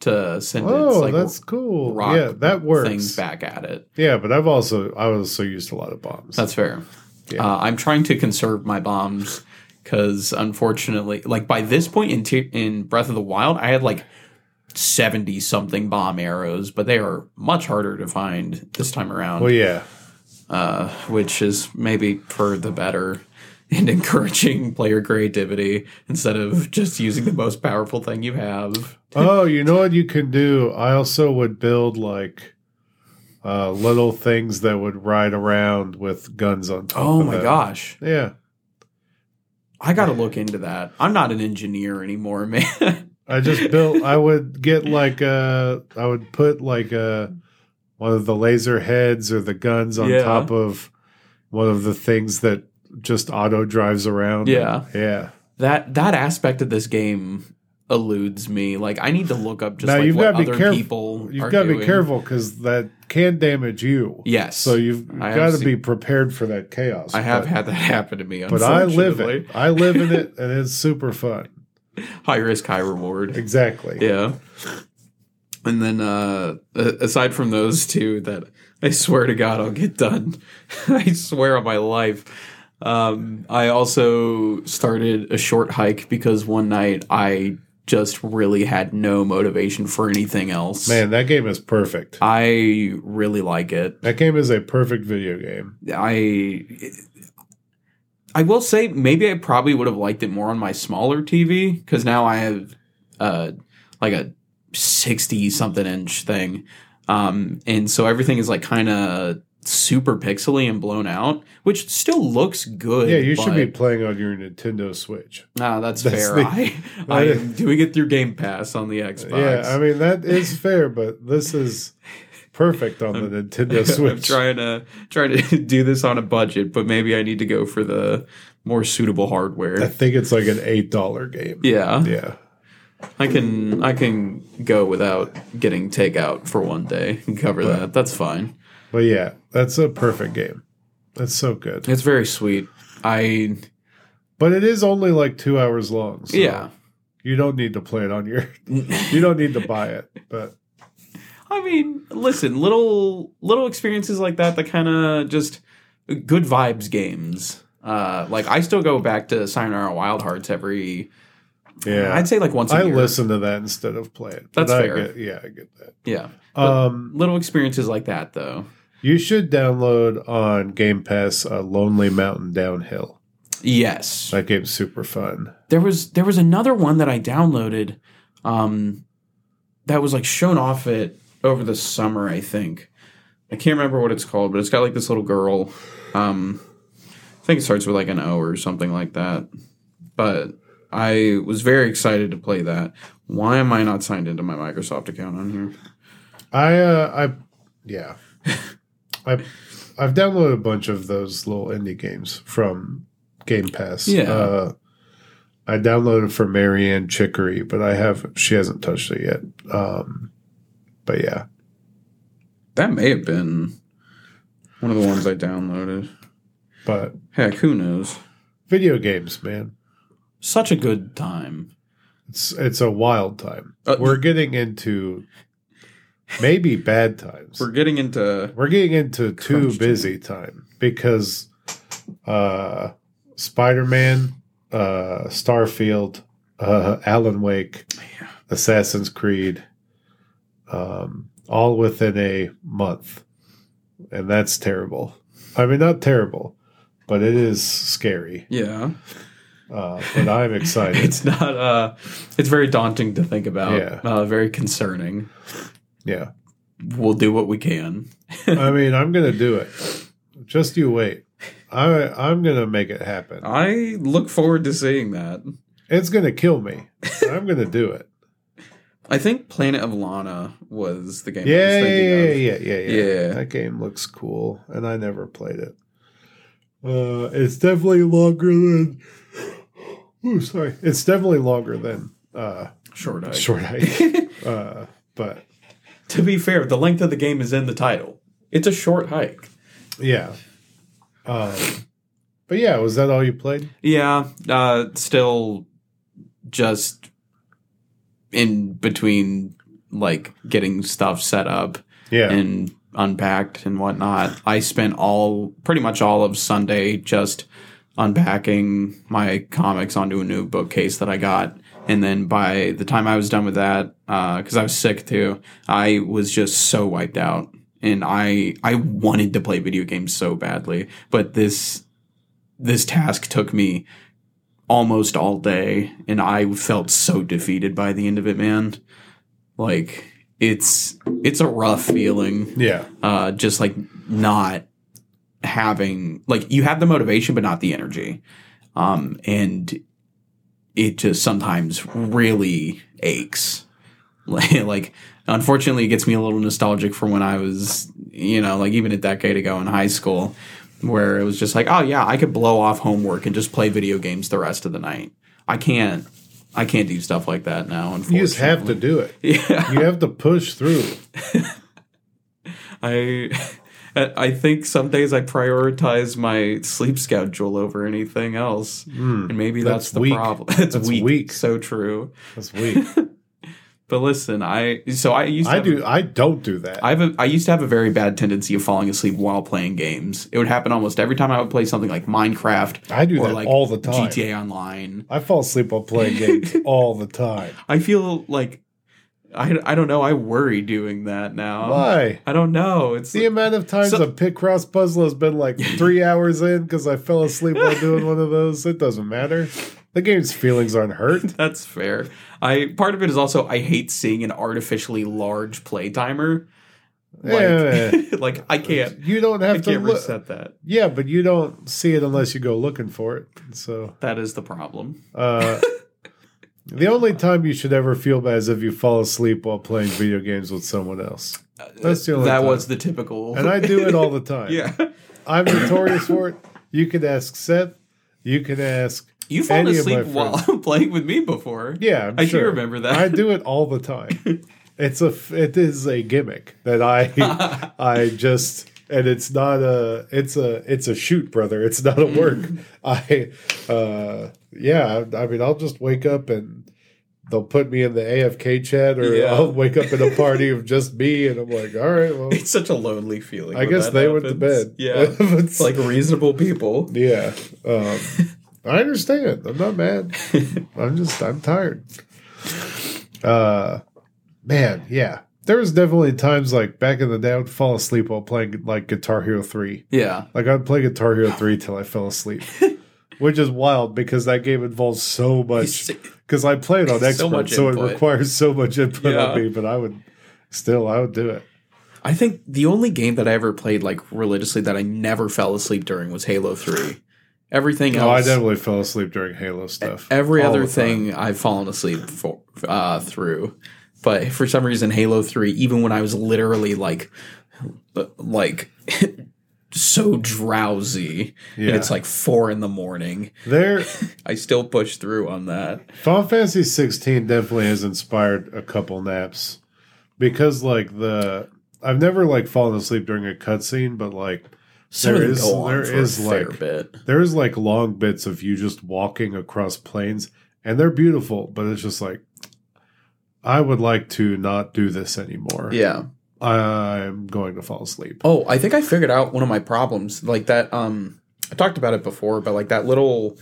[SPEAKER 2] to send its
[SPEAKER 1] Oh,
[SPEAKER 2] like
[SPEAKER 1] that's cool.
[SPEAKER 2] rock
[SPEAKER 1] yeah, that works.
[SPEAKER 2] things back at it.
[SPEAKER 1] Yeah, but I've also I also used a lot of bombs.
[SPEAKER 2] That's fair.
[SPEAKER 1] Yeah.
[SPEAKER 2] Uh, I'm trying to conserve my bombs because, unfortunately, like by this point in Te- in Breath of the Wild, I had like seventy something bomb arrows, but they are much harder to find this time around,
[SPEAKER 1] well, yeah,
[SPEAKER 2] uh, which is maybe for the better and encouraging player creativity instead of just using the most powerful thing you have.
[SPEAKER 1] oh, you know what you can do? I also would build like uh, little things that would ride around with guns on top.
[SPEAKER 2] Oh
[SPEAKER 1] of
[SPEAKER 2] my
[SPEAKER 1] them.
[SPEAKER 2] gosh.
[SPEAKER 1] Yeah,
[SPEAKER 2] I got to look into that. I'm not an engineer anymore, man.
[SPEAKER 1] I just built. I would get like uh, I would put like uh, one of the laser heads or the guns on
[SPEAKER 2] Yeah.
[SPEAKER 1] top of one of the things that just auto drives around.
[SPEAKER 2] Yeah.
[SPEAKER 1] yeah.
[SPEAKER 2] that that aspect of this game eludes me. Like I need to look up just
[SPEAKER 1] Now,
[SPEAKER 2] like
[SPEAKER 1] you've
[SPEAKER 2] what
[SPEAKER 1] gotta be
[SPEAKER 2] other
[SPEAKER 1] caref-
[SPEAKER 2] people
[SPEAKER 1] You've
[SPEAKER 2] are
[SPEAKER 1] got to be
[SPEAKER 2] doing.
[SPEAKER 1] careful because that can damage you.
[SPEAKER 2] Yes.
[SPEAKER 1] So you've
[SPEAKER 2] I have
[SPEAKER 1] got to
[SPEAKER 2] seen-
[SPEAKER 1] be prepared for that chaos.
[SPEAKER 2] I have
[SPEAKER 1] but,
[SPEAKER 2] had that happen to me.
[SPEAKER 1] but I live it.
[SPEAKER 2] unfortunately.
[SPEAKER 1] I live in it, and it's super fun.
[SPEAKER 2] High risk, high reward.
[SPEAKER 1] Exactly.
[SPEAKER 2] Yeah. And then uh a- aside from those two that I swear to god I'll get done. I swear on my life. Um I also started a short hike because one night I just really had no motivation for anything else.
[SPEAKER 1] Man, that game is perfect.
[SPEAKER 2] I really like it.
[SPEAKER 1] That game is a perfect video game.
[SPEAKER 2] I I will say maybe I probably would have liked it more on my smaller TV because now I have uh, like a sixty something inch thing, um, and so everything is like kind of super pixely and blown out, which still looks good.
[SPEAKER 1] Yeah, you should be
[SPEAKER 2] but-
[SPEAKER 1] playing on your Nintendo Switch.
[SPEAKER 2] Nah, that's,
[SPEAKER 1] That's
[SPEAKER 2] fair.
[SPEAKER 1] the-
[SPEAKER 2] I, I am doing it through Game Pass on the Xbox.
[SPEAKER 1] Yeah, I mean that is fair, but this is perfect on the Nintendo
[SPEAKER 2] I'm
[SPEAKER 1] Switch.
[SPEAKER 2] trying to trying to do this on a budget, but maybe I need to go for the more suitable
[SPEAKER 1] I
[SPEAKER 2] hardware.
[SPEAKER 1] think it's like an eight dollar game.
[SPEAKER 2] Yeah,
[SPEAKER 1] Yeah.
[SPEAKER 2] I can I can go without getting takeout for one day and cover that. That's fine.
[SPEAKER 1] But yeah, that's a perfect game. That's so good.
[SPEAKER 2] It's very sweet. I
[SPEAKER 1] But it is only like two hours long. So
[SPEAKER 2] yeah.
[SPEAKER 1] You don't need to play it on your. You don't need to buy it, but
[SPEAKER 2] I mean, listen, little little experiences like that that kind of just good vibes games. Uh, like I still go back to Sayonara Wild Hearts every.
[SPEAKER 1] Yeah.
[SPEAKER 2] I'd say like once a
[SPEAKER 1] I
[SPEAKER 2] year.
[SPEAKER 1] listen to that instead of play it.
[SPEAKER 2] That's
[SPEAKER 1] But I
[SPEAKER 2] fair.
[SPEAKER 1] get- yeah, I get that.
[SPEAKER 2] Yeah,
[SPEAKER 1] Um,
[SPEAKER 2] little experiences like that though.
[SPEAKER 1] you should download on Game Pass uh, Lonely Mountain Downhill.
[SPEAKER 2] Yes,
[SPEAKER 1] That game's super fun.
[SPEAKER 2] there was there was another one that I downloaded, um, that was like shown off it over the summer. I think I can't remember what it's called, but it's got like this little girl. Um, I think it starts with like an O or something like that. But I was very excited to play that. Why am I not signed into my Microsoft account on here?
[SPEAKER 1] I uh, I yeah. I I've downloaded a bunch of those little indie games from Game Pass.
[SPEAKER 2] Yeah.
[SPEAKER 1] Uh, I downloaded for Marianne Chicory, but I have she hasn't touched it yet. Um, but yeah.
[SPEAKER 2] That may have been one of the ones I downloaded.
[SPEAKER 1] But
[SPEAKER 2] Heck, who knows?
[SPEAKER 1] video games, man.
[SPEAKER 2] Such a good time.
[SPEAKER 1] It's it's a wild time.
[SPEAKER 2] Uh,
[SPEAKER 1] We're getting into maybe bad times.
[SPEAKER 2] We're getting into
[SPEAKER 1] We're getting into too
[SPEAKER 2] Crunch time.
[SPEAKER 1] busy time because uh Spider Man, uh Starfield, uh Alan Wake, Assassin's Creed, um, all within a month. And that's terrible. I mean not terrible, but it is scary.
[SPEAKER 2] yeah.
[SPEAKER 1] Uh but I'm excited.
[SPEAKER 2] It's not uh it's very daunting to think about.
[SPEAKER 1] Yeah.
[SPEAKER 2] Uh, very concerning.
[SPEAKER 1] yeah.
[SPEAKER 2] We'll do what we can.
[SPEAKER 1] I mean I'm gonna do it. Just you wait. I I'm gonna make it happen.
[SPEAKER 2] I look forward to seeing that.
[SPEAKER 1] It's gonna kill me. I'm gonna do it.
[SPEAKER 2] I think Planet of Lana was the game I was
[SPEAKER 1] Yeah,
[SPEAKER 2] thinking
[SPEAKER 1] yeah,
[SPEAKER 2] of.
[SPEAKER 1] yeah, yeah, yeah, yeah.
[SPEAKER 2] Yeah.
[SPEAKER 1] That game looks cool, and I never played it. Uh, it's definitely longer than. Oh, sorry. It's definitely longer than uh,
[SPEAKER 2] Short Eye.
[SPEAKER 1] Short Hike. uh, but
[SPEAKER 2] to be fair, the length of the game is in the title. It's a short hike.
[SPEAKER 1] yeah. Um, but yeah, was that all you played?
[SPEAKER 2] Yeah, uh, still just in between like getting stuff set up
[SPEAKER 1] Yeah.
[SPEAKER 2] and unpacked and whatnot. I spent all pretty much all of Sunday just unpacking my comics onto a new bookcase that I got. And then by the time I was done with that, because I was sick too, I was just so wiped out. And I I wanted to play video games so badly, but this this task took me almost all day, and I felt so defeated by the end of it, man. Like it's it's a rough feeling
[SPEAKER 1] yeah.
[SPEAKER 2] uh, just like not having like you have the motivation but not the energy um, and it just sometimes really aches like, like unfortunately it gets me a little nostalgic for when i was you know like even a decade ago in high school where it was just like oh yeah i could blow off homework and just play video games the rest of the night i can't i can't do stuff like that now unfortunately
[SPEAKER 1] You just have to do it.
[SPEAKER 2] yeah
[SPEAKER 1] You have to push through.
[SPEAKER 2] I I think some days I prioritize my sleep schedule over anything else, and maybe
[SPEAKER 1] Hmm. that's
[SPEAKER 2] that's, the
[SPEAKER 1] weak.
[SPEAKER 2] problem. It's
[SPEAKER 1] That's
[SPEAKER 2] weak.
[SPEAKER 1] weak.
[SPEAKER 2] So true.
[SPEAKER 1] That's weak.
[SPEAKER 2] But listen, I so I used to
[SPEAKER 1] I
[SPEAKER 2] have-
[SPEAKER 1] do. I don't do that.
[SPEAKER 2] I have a, I used to have a very bad tendency of falling asleep while playing games. It would happen almost every time I would play something like Minecraft
[SPEAKER 1] I do
[SPEAKER 2] or
[SPEAKER 1] that
[SPEAKER 2] like
[SPEAKER 1] all the time.
[SPEAKER 2] GTA Online.
[SPEAKER 1] I fall asleep while playing games all the time.
[SPEAKER 2] I feel like I, I don't know. I worry doing that now.
[SPEAKER 1] Why?
[SPEAKER 2] I don't know. It's
[SPEAKER 1] The amount of times
[SPEAKER 2] Um, So-
[SPEAKER 1] a pit cross puzzle has been like three hours in because I fell asleep while doing one of those, it doesn't matter. The game's feelings aren't hurt.
[SPEAKER 2] That's fair. I part of it is also I hate seeing an artificially large play timer. Like,
[SPEAKER 1] Yeah.
[SPEAKER 2] like I can't
[SPEAKER 1] You don't
[SPEAKER 2] I
[SPEAKER 1] have to
[SPEAKER 2] can't
[SPEAKER 1] look.
[SPEAKER 2] reset that.
[SPEAKER 1] Yeah, but you don't see it unless you go looking for it. So
[SPEAKER 2] That is the problem.
[SPEAKER 1] uh, the only time you should ever feel bad is if you fall asleep while playing video games with someone else. That's the only.
[SPEAKER 2] Uh, that
[SPEAKER 1] time.
[SPEAKER 2] was the typical
[SPEAKER 1] and I do it all the time.
[SPEAKER 2] Yeah.
[SPEAKER 1] I'm notorious for it. You could ask Seth. You can ask.
[SPEAKER 2] You've fallen
[SPEAKER 1] Any of my
[SPEAKER 2] asleep while playing with me before.
[SPEAKER 1] Yeah, I'm
[SPEAKER 2] I do
[SPEAKER 1] sure.
[SPEAKER 2] remember that.
[SPEAKER 1] I do it all the time. It's a f- it is a gimmick that I I just and it's not a it's a it's a shoot brother. It's not a work. I uh yeah, I, I mean I'll just wake up and they'll put me in the AFK chat, or
[SPEAKER 2] Yeah.
[SPEAKER 1] I'll wake up in a party of just me, and I'm like, all right, well,
[SPEAKER 2] It's such a lonely feeling.
[SPEAKER 1] I
[SPEAKER 2] when
[SPEAKER 1] guess
[SPEAKER 2] that
[SPEAKER 1] they went to
[SPEAKER 2] happens.
[SPEAKER 1] bed.
[SPEAKER 2] Yeah.
[SPEAKER 1] it's
[SPEAKER 2] it's like reasonable people.
[SPEAKER 1] yeah. Um, I understand. I'm not mad. I'm just I'm tired. Uh, man, yeah. There was definitely times like back in the day, I would fall asleep while playing like Guitar Hero Three.
[SPEAKER 2] Yeah.
[SPEAKER 1] Like I'd play Guitar Hero Three till I fell asleep, which is wild because that game involves so much. Because I play it on
[SPEAKER 2] So
[SPEAKER 1] expert, so,
[SPEAKER 2] much
[SPEAKER 1] it
[SPEAKER 2] input.
[SPEAKER 1] requires so much input
[SPEAKER 2] Yeah.
[SPEAKER 1] on me. But I would still, I would do it.
[SPEAKER 2] I think the only game that I ever played like religiously that I never fell asleep during was Halo 3. Everything
[SPEAKER 1] No, Oh, I
[SPEAKER 2] else
[SPEAKER 1] definitely fell asleep during Halo stuff.
[SPEAKER 2] every
[SPEAKER 1] All
[SPEAKER 2] other
[SPEAKER 1] the time.
[SPEAKER 2] thing I've fallen asleep for, uh, through. But for some reason, Halo Three, even when I was literally like, like so drowsy,
[SPEAKER 1] Yeah.
[SPEAKER 2] and it's like four in the morning,
[SPEAKER 1] There,
[SPEAKER 2] I still push through on that.
[SPEAKER 1] Final Fantasy 16 definitely has inspired a couple naps because like the I've never like fallen asleep during a cutscene, but like
[SPEAKER 2] Some
[SPEAKER 1] There
[SPEAKER 2] of them
[SPEAKER 1] is-
[SPEAKER 2] go on
[SPEAKER 1] there
[SPEAKER 2] for
[SPEAKER 1] is,
[SPEAKER 2] a fair
[SPEAKER 1] like-
[SPEAKER 2] bit.
[SPEAKER 1] there's like long bits of you just walking across plains and they're beautiful, but it's just like I would like to not do this anymore.
[SPEAKER 2] Yeah.
[SPEAKER 1] I'm going to fall asleep.
[SPEAKER 2] Oh, I think I figured out one of my problems. Like that. Um, I talked about it before, but like that little,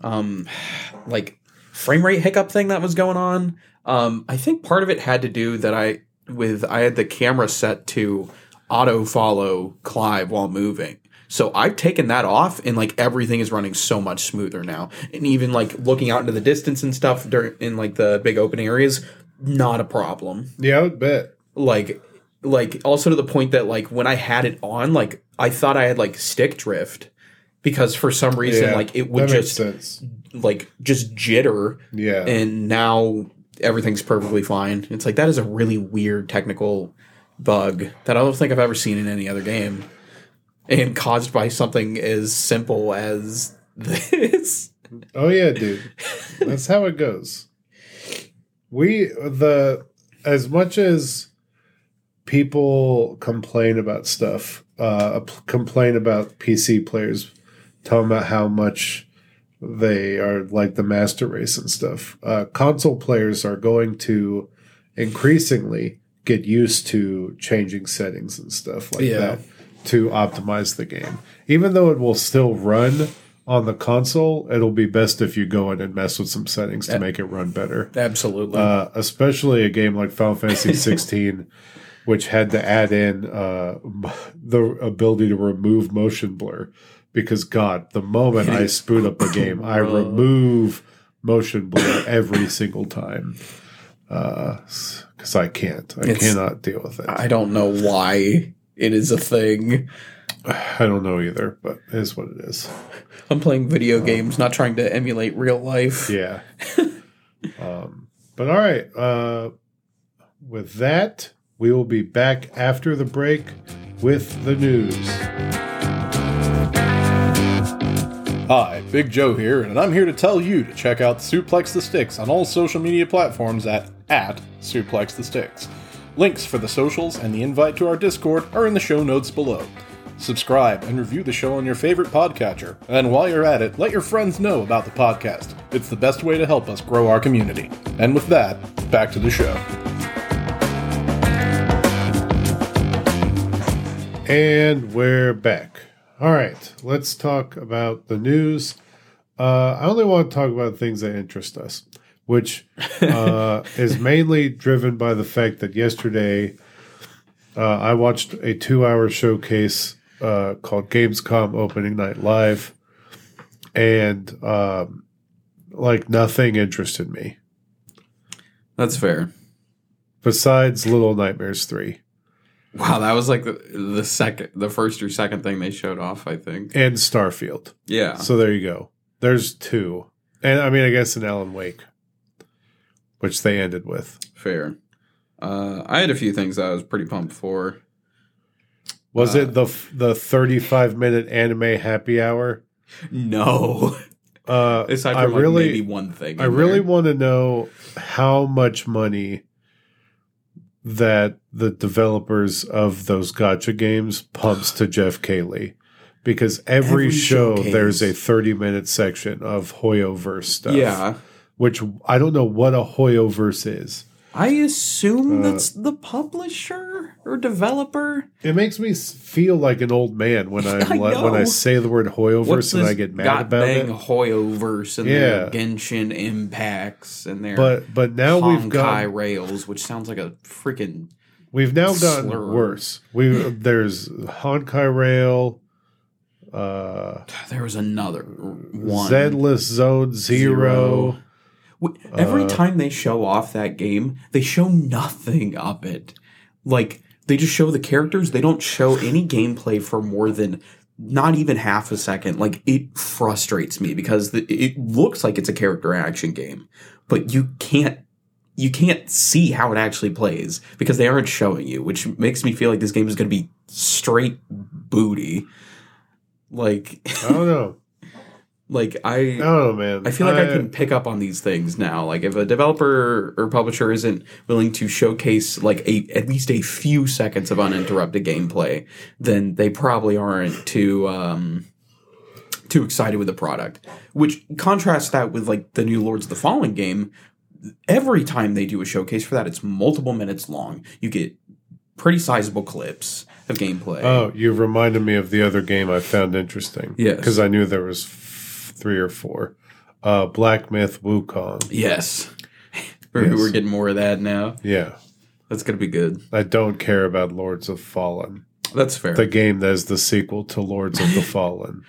[SPEAKER 2] um, like frame rate hiccup thing that was going on. Um, I think part of it had to do that I with I had the camera set to auto follow Clive while moving. So I've taken that off, and like everything is running so much smoother now. And even like looking out into the distance and stuff during in like the big open areas, not a problem
[SPEAKER 1] Yeah, I would bet.
[SPEAKER 2] like like also to the point that like when I had it on, like I thought I had like stick drift because for some reason
[SPEAKER 1] Yeah,
[SPEAKER 2] like it would Eh.
[SPEAKER 1] that makes
[SPEAKER 2] just
[SPEAKER 1] sense.
[SPEAKER 2] like just jitter
[SPEAKER 1] Yeah.
[SPEAKER 2] and now everything's perfectly fine. It's like that is a really weird technical bug that I don't think I've ever seen in any other game. And caused by something as simple as this.
[SPEAKER 1] Oh yeah, dude. That's how it goes. We the as much as people complain about stuff, uh p- complain about PC players talking about how much they are like the master race and stuff. Uh console players are going to increasingly get used to changing settings and stuff like
[SPEAKER 2] Yeah.
[SPEAKER 1] that to optimize the game. Even though it will still run on the console, it'll be best if you go in and mess with some settings to make it run better.
[SPEAKER 2] Absolutely.
[SPEAKER 1] Uh, especially a game like Final Fantasy 16, which had to add in uh, m- the ability to remove motion blur. Because God, the moment I spoon up a game, I remove motion blur every single time. Because I can't, I
[SPEAKER 2] It's-
[SPEAKER 1] cannot deal with it.
[SPEAKER 2] I don't know why it is a thing.
[SPEAKER 1] I don't know either, but it is what it is.
[SPEAKER 2] I'm playing video
[SPEAKER 1] Uh,
[SPEAKER 2] games, not trying to emulate real life.
[SPEAKER 1] Yeah. um, but all right. Uh, with that, we will be back after the break with the news.
[SPEAKER 3] Hi, Big Joe here, and I'm here to tell you to check out Suplex the Sticks on all social media platforms at, at Suplex the Sticks. Links for the socials and the invite to our Discord are in the show notes below. Subscribe and review the show on your favorite podcatcher, and while you're at it, let your friends know about the podcast. It's the best way to help us grow our community. And with that, back to the show.
[SPEAKER 1] And we're back. All right. Let's talk about the news. Uh, I only want to talk about things that interest us, which uh, is mainly driven by the fact that yesterday uh, I watched a two hour showcase uh, called Gamescom Opening Night Live, and um, like nothing interested me
[SPEAKER 2] That's fair.
[SPEAKER 1] besides Little Nightmares 3
[SPEAKER 2] Wow, that was like the, the second, the first or second thing they showed off, I think.
[SPEAKER 1] and Starfield.
[SPEAKER 2] Yeah.
[SPEAKER 1] So there you go. There's two. And I mean, I guess an Alan Wake, which they ended with.
[SPEAKER 2] Fair. Uh, I had a few things that I was pretty pumped for.
[SPEAKER 1] Was
[SPEAKER 2] Uh,
[SPEAKER 1] it the f- the 35 minute anime happy hour?
[SPEAKER 2] No.
[SPEAKER 1] Uh,
[SPEAKER 2] Aside
[SPEAKER 1] I
[SPEAKER 2] from like
[SPEAKER 1] really,
[SPEAKER 2] maybe one thing.
[SPEAKER 1] I
[SPEAKER 2] in
[SPEAKER 1] really
[SPEAKER 2] there.
[SPEAKER 1] want to know how much money that the developers of those gotcha games pumps to Jeff Cayley. Because every,
[SPEAKER 2] Every
[SPEAKER 1] show,
[SPEAKER 2] showcase.
[SPEAKER 1] there's a 30 minute section of Hoyoverse stuff.
[SPEAKER 2] Yeah.
[SPEAKER 1] which I don't know what a Hoyoverse is.
[SPEAKER 2] I assume
[SPEAKER 1] Uh,
[SPEAKER 2] that's the publisher or developer.
[SPEAKER 1] It makes me s- feel like an old man when I,
[SPEAKER 2] I
[SPEAKER 1] when I
[SPEAKER 2] know.
[SPEAKER 1] say the word Hoyoverse and I get mad about
[SPEAKER 2] dang
[SPEAKER 1] it.
[SPEAKER 2] Hoyoverse and
[SPEAKER 1] Yeah.
[SPEAKER 2] their Genshin impacts and their
[SPEAKER 1] But but now we've
[SPEAKER 2] Honkai
[SPEAKER 1] got
[SPEAKER 2] rails, which sounds like a freaking
[SPEAKER 1] we've now gotten
[SPEAKER 2] slur.
[SPEAKER 1] worse. We there's Honkai Rail, uh,
[SPEAKER 2] there was another one.
[SPEAKER 1] Zedless Zone Zero.
[SPEAKER 2] Zero. W- Every time they show off that game, they show nothing of it. Like they just show the characters. They don't show any gameplay for more than not even half a second. Like it frustrates me because the, it looks like it's a character action game, but you can't you can't see how it actually plays because they aren't showing you, which makes me feel like this game is going to be straight booty. Like
[SPEAKER 1] I don't know.
[SPEAKER 2] like I
[SPEAKER 1] I don't know, man.
[SPEAKER 2] I feel like I, can pick up on these things now. Like if a developer or publisher isn't willing to showcase like a at least a few seconds of uninterrupted gameplay, then they probably aren't too um, too excited with the product. Which contrasts that with like the new Lords of the Fallen game. Every time they do a showcase for that, it's multiple minutes long. You get pretty sizable clips of gameplay.
[SPEAKER 1] Oh, you've reminded me of the other game I found interesting.
[SPEAKER 2] Yes.
[SPEAKER 1] because I knew there was f- three or four. Uh, Black Myth Wukong.
[SPEAKER 2] yes. We're,
[SPEAKER 1] Yes.
[SPEAKER 2] we're getting more of that now.
[SPEAKER 1] Yeah,
[SPEAKER 2] That's gonna be good.
[SPEAKER 1] I don't care about Lords of Fallen,
[SPEAKER 2] That's fair.
[SPEAKER 1] the game that is the sequel to Lords of the Fallen.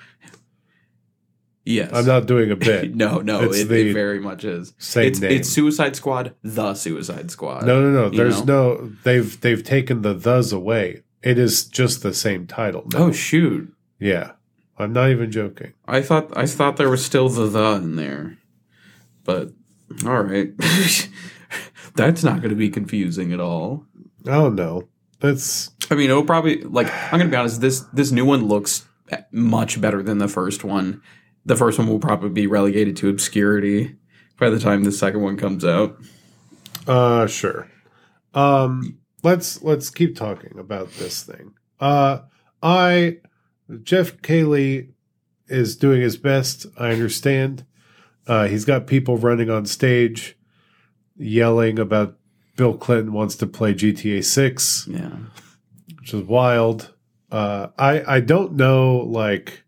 [SPEAKER 2] yes.
[SPEAKER 1] I'm not doing a bit.
[SPEAKER 2] No, no,
[SPEAKER 1] It's
[SPEAKER 2] it,
[SPEAKER 1] the
[SPEAKER 2] it very much is.
[SPEAKER 1] same
[SPEAKER 2] it's,
[SPEAKER 1] name.
[SPEAKER 2] it's Suicide Squad, the Suicide Squad.
[SPEAKER 1] No, no, no.
[SPEAKER 2] You
[SPEAKER 1] There's no. They've they've taken the thes away. It is just the same title. Now.
[SPEAKER 2] Oh shoot!
[SPEAKER 1] yeah. I'm not even joking.
[SPEAKER 2] I thought I thought there was still the the in there, but all right, that's not going to be confusing at all.
[SPEAKER 1] I don't know. It's
[SPEAKER 2] I mean, it'll probably like I'm gonna be honest. This this new one looks much better than the first one. The first one will probably be relegated to obscurity by the time the second one comes out.
[SPEAKER 1] Uh, sure. Um, let's let's keep talking about this thing. Uh, I Jeff Cayley is doing his best. I understand. Uh, he's got people running on stage, yelling about Bill Clinton wants to play GTA Six
[SPEAKER 2] Yeah,
[SPEAKER 1] which is wild. Uh, I I don't know like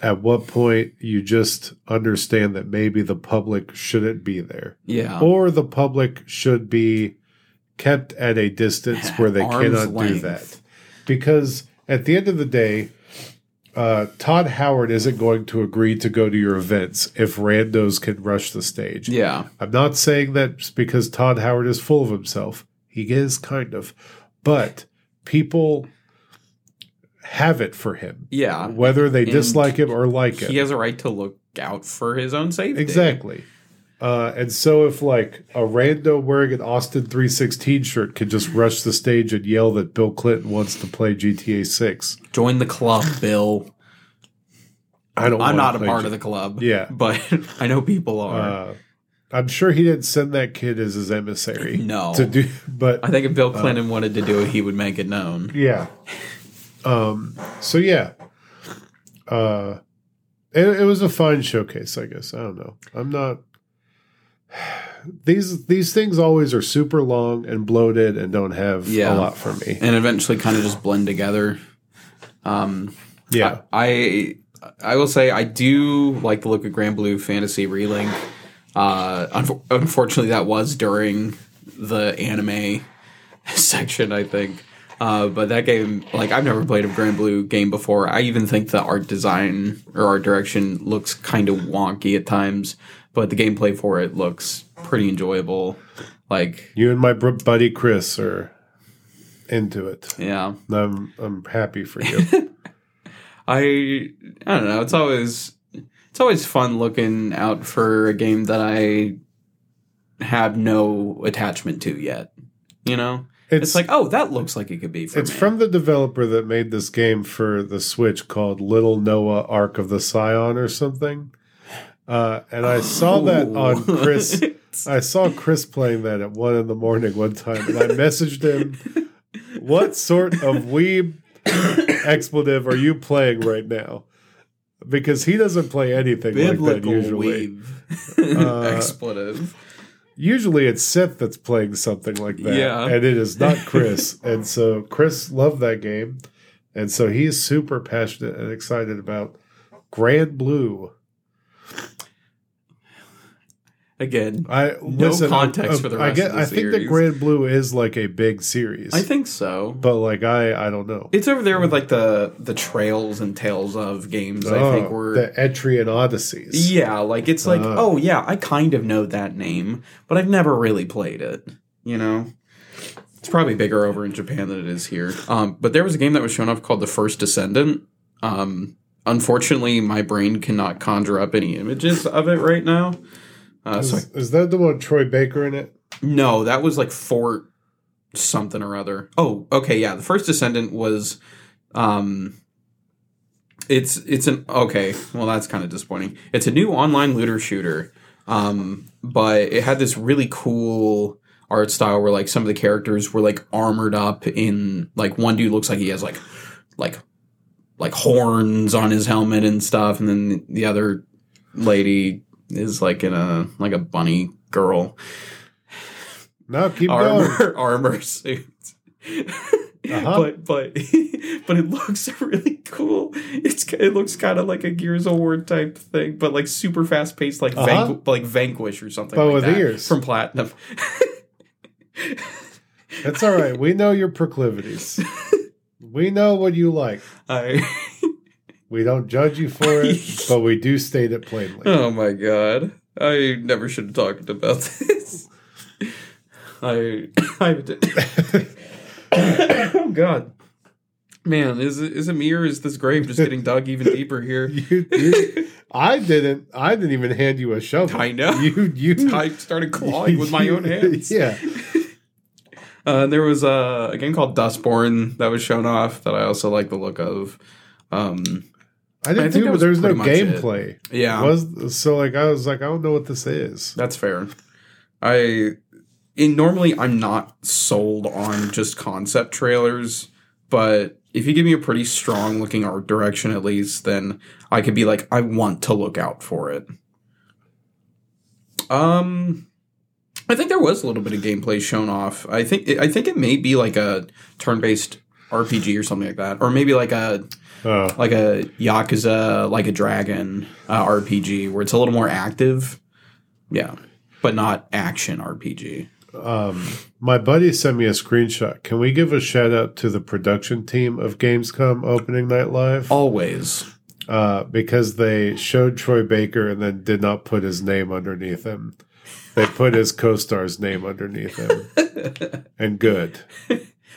[SPEAKER 1] at what point you just understand that maybe the public shouldn't be there,
[SPEAKER 2] yeah.
[SPEAKER 1] or the public should be kept at a distance where they
[SPEAKER 2] Arm's
[SPEAKER 1] cannot do
[SPEAKER 2] length.
[SPEAKER 1] that, because at the end of the day. Uh, Todd Howard isn't going to agree to go to your events if randos can rush the stage.
[SPEAKER 2] Yeah,
[SPEAKER 1] I'm not saying that's because Todd Howard is full of himself. He is kind of, but people have it for him,
[SPEAKER 2] yeah.
[SPEAKER 1] whether they
[SPEAKER 2] And
[SPEAKER 1] dislike him or like
[SPEAKER 2] He
[SPEAKER 1] him.
[SPEAKER 2] has a right to look out for his own safety.
[SPEAKER 1] Exactly. Uh, and so, if like a rando wearing an Austin 316 shirt could just rush the stage and yell that Bill Clinton wants to play GTA 6,
[SPEAKER 2] Join the club, Bill.
[SPEAKER 1] I don't. wanna
[SPEAKER 2] I'm not a
[SPEAKER 1] play
[SPEAKER 2] part
[SPEAKER 1] G-
[SPEAKER 2] of the club.
[SPEAKER 1] Yeah.
[SPEAKER 2] But I know people are.
[SPEAKER 1] Uh, I'm sure he didn't send that kid as his emissary.
[SPEAKER 2] No.
[SPEAKER 1] to do, Uh, but
[SPEAKER 2] I think if Bill Clinton wanted to do it, he would make it known.
[SPEAKER 1] Yeah. Um, so yeah. Uh it, it was a fine showcase, I guess. I don't know. I'm not these these things always are super long and bloated and don't have a
[SPEAKER 2] Yeah.
[SPEAKER 1] lot for me.
[SPEAKER 2] And eventually kind of just blend together.
[SPEAKER 1] Yeah.
[SPEAKER 2] I I will say I do like the look of Grand Blue Fantasy Relink. Uh, unf- unfortunately, that was during the anime section, I think. Uh, but that game, like I've never played a Grand Blue game before. I even think the art design or art direction looks kind of wonky at times, but the gameplay for it looks pretty enjoyable. Like,
[SPEAKER 1] you and my br- buddy Chris are into it.
[SPEAKER 2] yeah,
[SPEAKER 1] And I'm I'm happy for you.
[SPEAKER 2] I I don't know. It's always it's always fun looking out for a game that I have no attachment to yet. You know, it's,
[SPEAKER 1] It's,
[SPEAKER 2] like oh, that looks like it could be. For
[SPEAKER 1] it's
[SPEAKER 2] me.
[SPEAKER 1] from the developer that made this game for the Switch called Little Noah Ark of the Scion or something. Uh, and I saw that on
[SPEAKER 2] Ooh.
[SPEAKER 1] Chris I saw Chris playing that at one in the morning one time, and I messaged him, "What sort of weeb expletive are you playing right now?" because he doesn't play anything like that
[SPEAKER 2] Biblical
[SPEAKER 1] usually. Uh,
[SPEAKER 2] weave. Expletive.
[SPEAKER 1] Usually it's Seth that's playing something like that.
[SPEAKER 2] Yeah.
[SPEAKER 1] And it is not Chris. and so Chris loved that game. And so he's super passionate and excited about Grand Blue.
[SPEAKER 2] Again,
[SPEAKER 1] I listen,
[SPEAKER 2] context
[SPEAKER 1] I,
[SPEAKER 2] for the
[SPEAKER 1] I
[SPEAKER 2] rest
[SPEAKER 1] get-
[SPEAKER 2] of the
[SPEAKER 1] I think that
[SPEAKER 2] series.
[SPEAKER 1] Grand Blue is like a big series.
[SPEAKER 2] I think so.
[SPEAKER 1] but like I I don't know.
[SPEAKER 2] It's over there with like the the trails and tales of games. I think
[SPEAKER 1] Oh,
[SPEAKER 2] were
[SPEAKER 1] the Etrian Odysseys.
[SPEAKER 2] yeah, like it's like
[SPEAKER 1] Uh.
[SPEAKER 2] oh yeah, I kind of know that name, but I've never really played it. You know, it's probably bigger over in Japan than it is here. Um, but there was a game that was shown up called The First Descendant. Um, unfortunately, my brain cannot conjure up any images of it right now. Uh, so I
[SPEAKER 1] Is, is that the one with Troy Baker in it?
[SPEAKER 2] No, that was like Fort something or other. Oh, okay, yeah. The first descendant was um it's it's an okay, well that's kind of disappointing. It's a new online looter shooter. Um but it had this really cool art style where like some of the characters were like armored up in like one dude looks like he has like like like horns on his helmet and stuff and then the other lady is like in a like a bunny girl
[SPEAKER 1] No, keep going.
[SPEAKER 2] armor armor suits.
[SPEAKER 1] Uh-huh.
[SPEAKER 2] But but but it looks really cool. It's it looks kind of like a Gears of War type thing, but like super fast paced, like
[SPEAKER 1] Uh-huh.
[SPEAKER 2] Vanqu- like Vanquish or something.
[SPEAKER 1] But
[SPEAKER 2] like
[SPEAKER 1] with
[SPEAKER 2] that,
[SPEAKER 1] ears.
[SPEAKER 2] from Platinum.
[SPEAKER 1] That's all right. We know your proclivities. we know what you like.
[SPEAKER 2] I,
[SPEAKER 1] We don't judge you for it, but we do state it plainly.
[SPEAKER 2] oh my god! I never should have talked about this. I I oh god. Man, is it, is it me or is this grave just getting dug even deeper here?
[SPEAKER 1] you, you, I didn't. I didn't even hand you a shovel.
[SPEAKER 2] I know.
[SPEAKER 1] You, you.
[SPEAKER 2] I started clawing with my own hands.
[SPEAKER 1] Yeah.
[SPEAKER 2] Uh, there was uh, a game called Dustborn that was shown off that I also like the look of. Um,
[SPEAKER 1] I didn't
[SPEAKER 2] I think
[SPEAKER 1] do,
[SPEAKER 2] that
[SPEAKER 1] but
[SPEAKER 2] was
[SPEAKER 1] there was no
[SPEAKER 2] pretty much it.
[SPEAKER 1] gameplay.
[SPEAKER 2] yeah,
[SPEAKER 1] Was so like I was like I don't know what this is.
[SPEAKER 2] that's fair. I in, normally I'm not sold on just concept trailers, but if you give me a pretty strong looking art direction at least, then I could be like, I want to look out for it. Um, I think there was a little bit of gameplay shown off. I think I think it may be like a turn-based RPG or something like that, or maybe like a
[SPEAKER 1] Oh,
[SPEAKER 2] like a Yakuza, like a Dragon uh, RPG, where it's a little more active. Yeah, but not action RPG.
[SPEAKER 1] um, my buddy sent me a screenshot. Can we give a shout out to the production team of Gamescom opening night live?
[SPEAKER 2] Always.
[SPEAKER 1] uh, because they showed Troy Baker and then did not put his name underneath him. They put his co-star's name underneath him, and good.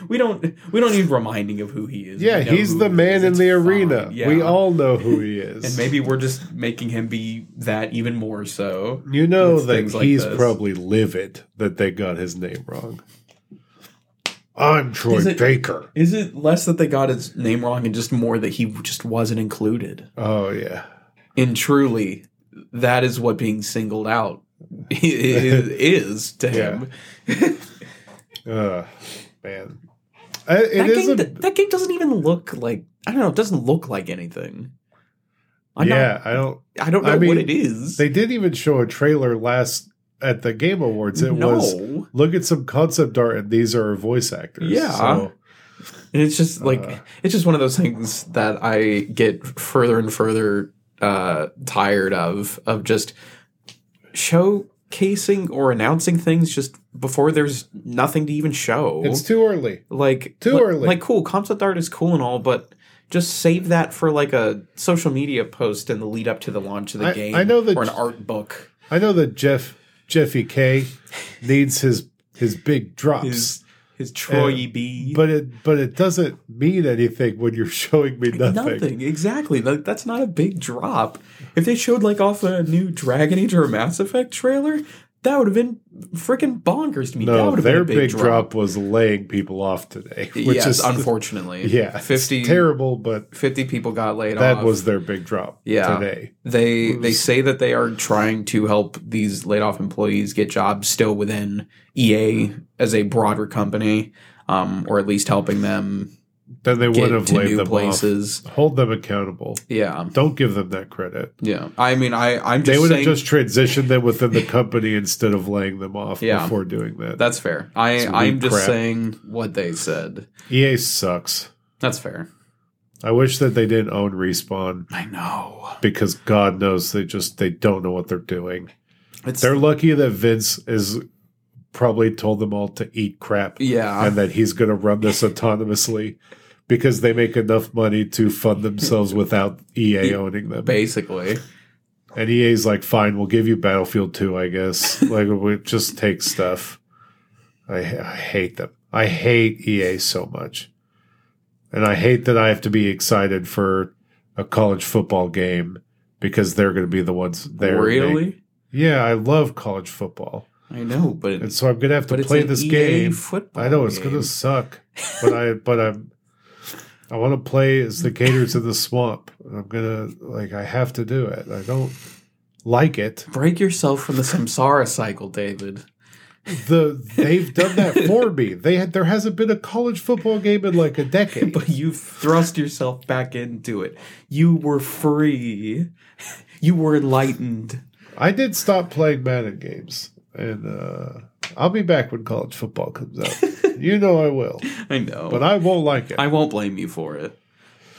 [SPEAKER 2] We don't we don't need reminding of who he is.
[SPEAKER 1] Yeah,
[SPEAKER 2] We know
[SPEAKER 1] he's
[SPEAKER 2] who
[SPEAKER 1] the
[SPEAKER 2] he
[SPEAKER 1] man
[SPEAKER 2] is.
[SPEAKER 1] in
[SPEAKER 2] It's
[SPEAKER 1] the
[SPEAKER 2] fine.
[SPEAKER 1] arena.
[SPEAKER 2] Yeah.
[SPEAKER 1] We all know who he is.
[SPEAKER 2] and maybe we're just making him be that even more so.
[SPEAKER 1] you know
[SPEAKER 2] with
[SPEAKER 1] that
[SPEAKER 2] things like
[SPEAKER 1] he's
[SPEAKER 2] this.
[SPEAKER 1] probably livid that they got his name wrong. I'm Troy
[SPEAKER 2] Is it-
[SPEAKER 1] Baker.
[SPEAKER 2] Is it less that they got his name wrong and just more that he just wasn't included?
[SPEAKER 1] Oh yeah,
[SPEAKER 2] And truly, that is what being singled out i- i- is to him.
[SPEAKER 1] uh, man. I, it
[SPEAKER 2] that,
[SPEAKER 1] is
[SPEAKER 2] game,
[SPEAKER 1] a
[SPEAKER 2] d- that game doesn't even look like I don't know. It doesn't look like anything. I'm
[SPEAKER 1] yeah. I don't.
[SPEAKER 2] not, I don't know
[SPEAKER 1] I mean,
[SPEAKER 2] what it is.
[SPEAKER 1] They didn't even show a trailer last at the Game Awards. It
[SPEAKER 2] no,
[SPEAKER 1] was look at some concept art and these are voice actors.
[SPEAKER 2] Yeah.
[SPEAKER 1] So,
[SPEAKER 2] And it's just like
[SPEAKER 1] Uh.
[SPEAKER 2] it's just one of those things that I get further and further uh, tired of of just showcasing or announcing things just before there's nothing to even show.
[SPEAKER 1] it's too early.
[SPEAKER 2] like
[SPEAKER 1] Too
[SPEAKER 2] li-
[SPEAKER 1] early.
[SPEAKER 2] Like cool, concept art is cool and all, but just save that for like a social media post in the lead up to the launch of the
[SPEAKER 1] I-
[SPEAKER 2] game.
[SPEAKER 1] I know that-
[SPEAKER 2] or an art book.
[SPEAKER 1] I know that Jeff Jeffy K needs his his big drops.
[SPEAKER 2] His his Troy E.
[SPEAKER 1] Uh,
[SPEAKER 2] B.
[SPEAKER 1] but it but it doesn't mean anything when you're showing me nothing.
[SPEAKER 2] nothing. exactly. Like that's not a big drop. If they showed like off a new Dragon Age or a Mass Effect trailer, that would have been freaking bonkers to me. that
[SPEAKER 1] No,
[SPEAKER 2] would have been
[SPEAKER 1] their big,
[SPEAKER 2] a
[SPEAKER 1] drop. was laying people off today, which
[SPEAKER 2] yes,
[SPEAKER 1] is
[SPEAKER 2] unfortunately.
[SPEAKER 1] yeah, it's
[SPEAKER 2] 50,
[SPEAKER 1] terrible, but
[SPEAKER 2] 50 people got laid off.
[SPEAKER 1] that was their big drop
[SPEAKER 2] Yeah.
[SPEAKER 1] today.
[SPEAKER 2] They they say that they are trying to help these laid off employees get jobs still E
[SPEAKER 1] Hmm.
[SPEAKER 2] within EA as a broader company, um, or at least helping them
[SPEAKER 1] then they would
[SPEAKER 2] get
[SPEAKER 1] have
[SPEAKER 2] to
[SPEAKER 1] laid
[SPEAKER 2] new
[SPEAKER 1] them
[SPEAKER 2] places.
[SPEAKER 1] off. Hold them accountable.
[SPEAKER 2] Yeah,
[SPEAKER 1] Don't give them that credit.
[SPEAKER 2] yeah. I mean, I I'm just
[SPEAKER 1] They would have
[SPEAKER 2] saying
[SPEAKER 1] just transitioned them within the company instead of laying them off
[SPEAKER 2] Yeah.
[SPEAKER 1] before doing that.
[SPEAKER 2] that's fair. I
[SPEAKER 1] weak
[SPEAKER 2] I'm just
[SPEAKER 1] crap.
[SPEAKER 2] saying what they said.
[SPEAKER 1] EA E sucks.
[SPEAKER 2] That's fair.
[SPEAKER 1] I wish that they didn't own respawn
[SPEAKER 2] I know.
[SPEAKER 1] because God knows they just they don't know what they're doing.
[SPEAKER 2] It's
[SPEAKER 1] They're lucky that Vince is probably told them all to eat crap
[SPEAKER 2] yeah.
[SPEAKER 1] and that he's going to run this autonomously because they make enough money to fund themselves without EA owning them.
[SPEAKER 2] Basically,
[SPEAKER 1] And EA's like, fine, we'll give you Battlefield 2, I guess. like, we just take stuff. I, I hate them. I hate EA so much. And I hate that I have to be excited for a college football game because they're going to be the ones there.
[SPEAKER 2] really,
[SPEAKER 1] yeah, I love college football.
[SPEAKER 2] I know, but
[SPEAKER 1] And so I'm going to have
[SPEAKER 2] but
[SPEAKER 1] to
[SPEAKER 2] it's
[SPEAKER 1] play
[SPEAKER 2] an E
[SPEAKER 1] this
[SPEAKER 2] EA
[SPEAKER 1] game.
[SPEAKER 2] Football
[SPEAKER 1] I know it's
[SPEAKER 2] game.
[SPEAKER 1] going to suck, but I but I'm I want to play as the Gators in the swamp. I'm gonna like I have to do it. I don't like it.
[SPEAKER 2] break yourself from the samsara cycle, David.
[SPEAKER 1] The they've done that for me. They had there hasn't been a college football game in like a decade.
[SPEAKER 2] But you've thrust yourself back into it. You were free. You were enlightened.
[SPEAKER 1] I did stop playing Madden games, and uh, I'll be back when college football comes out. you know I will,
[SPEAKER 2] I know.
[SPEAKER 1] but I won't like it.
[SPEAKER 2] I won't blame you for it,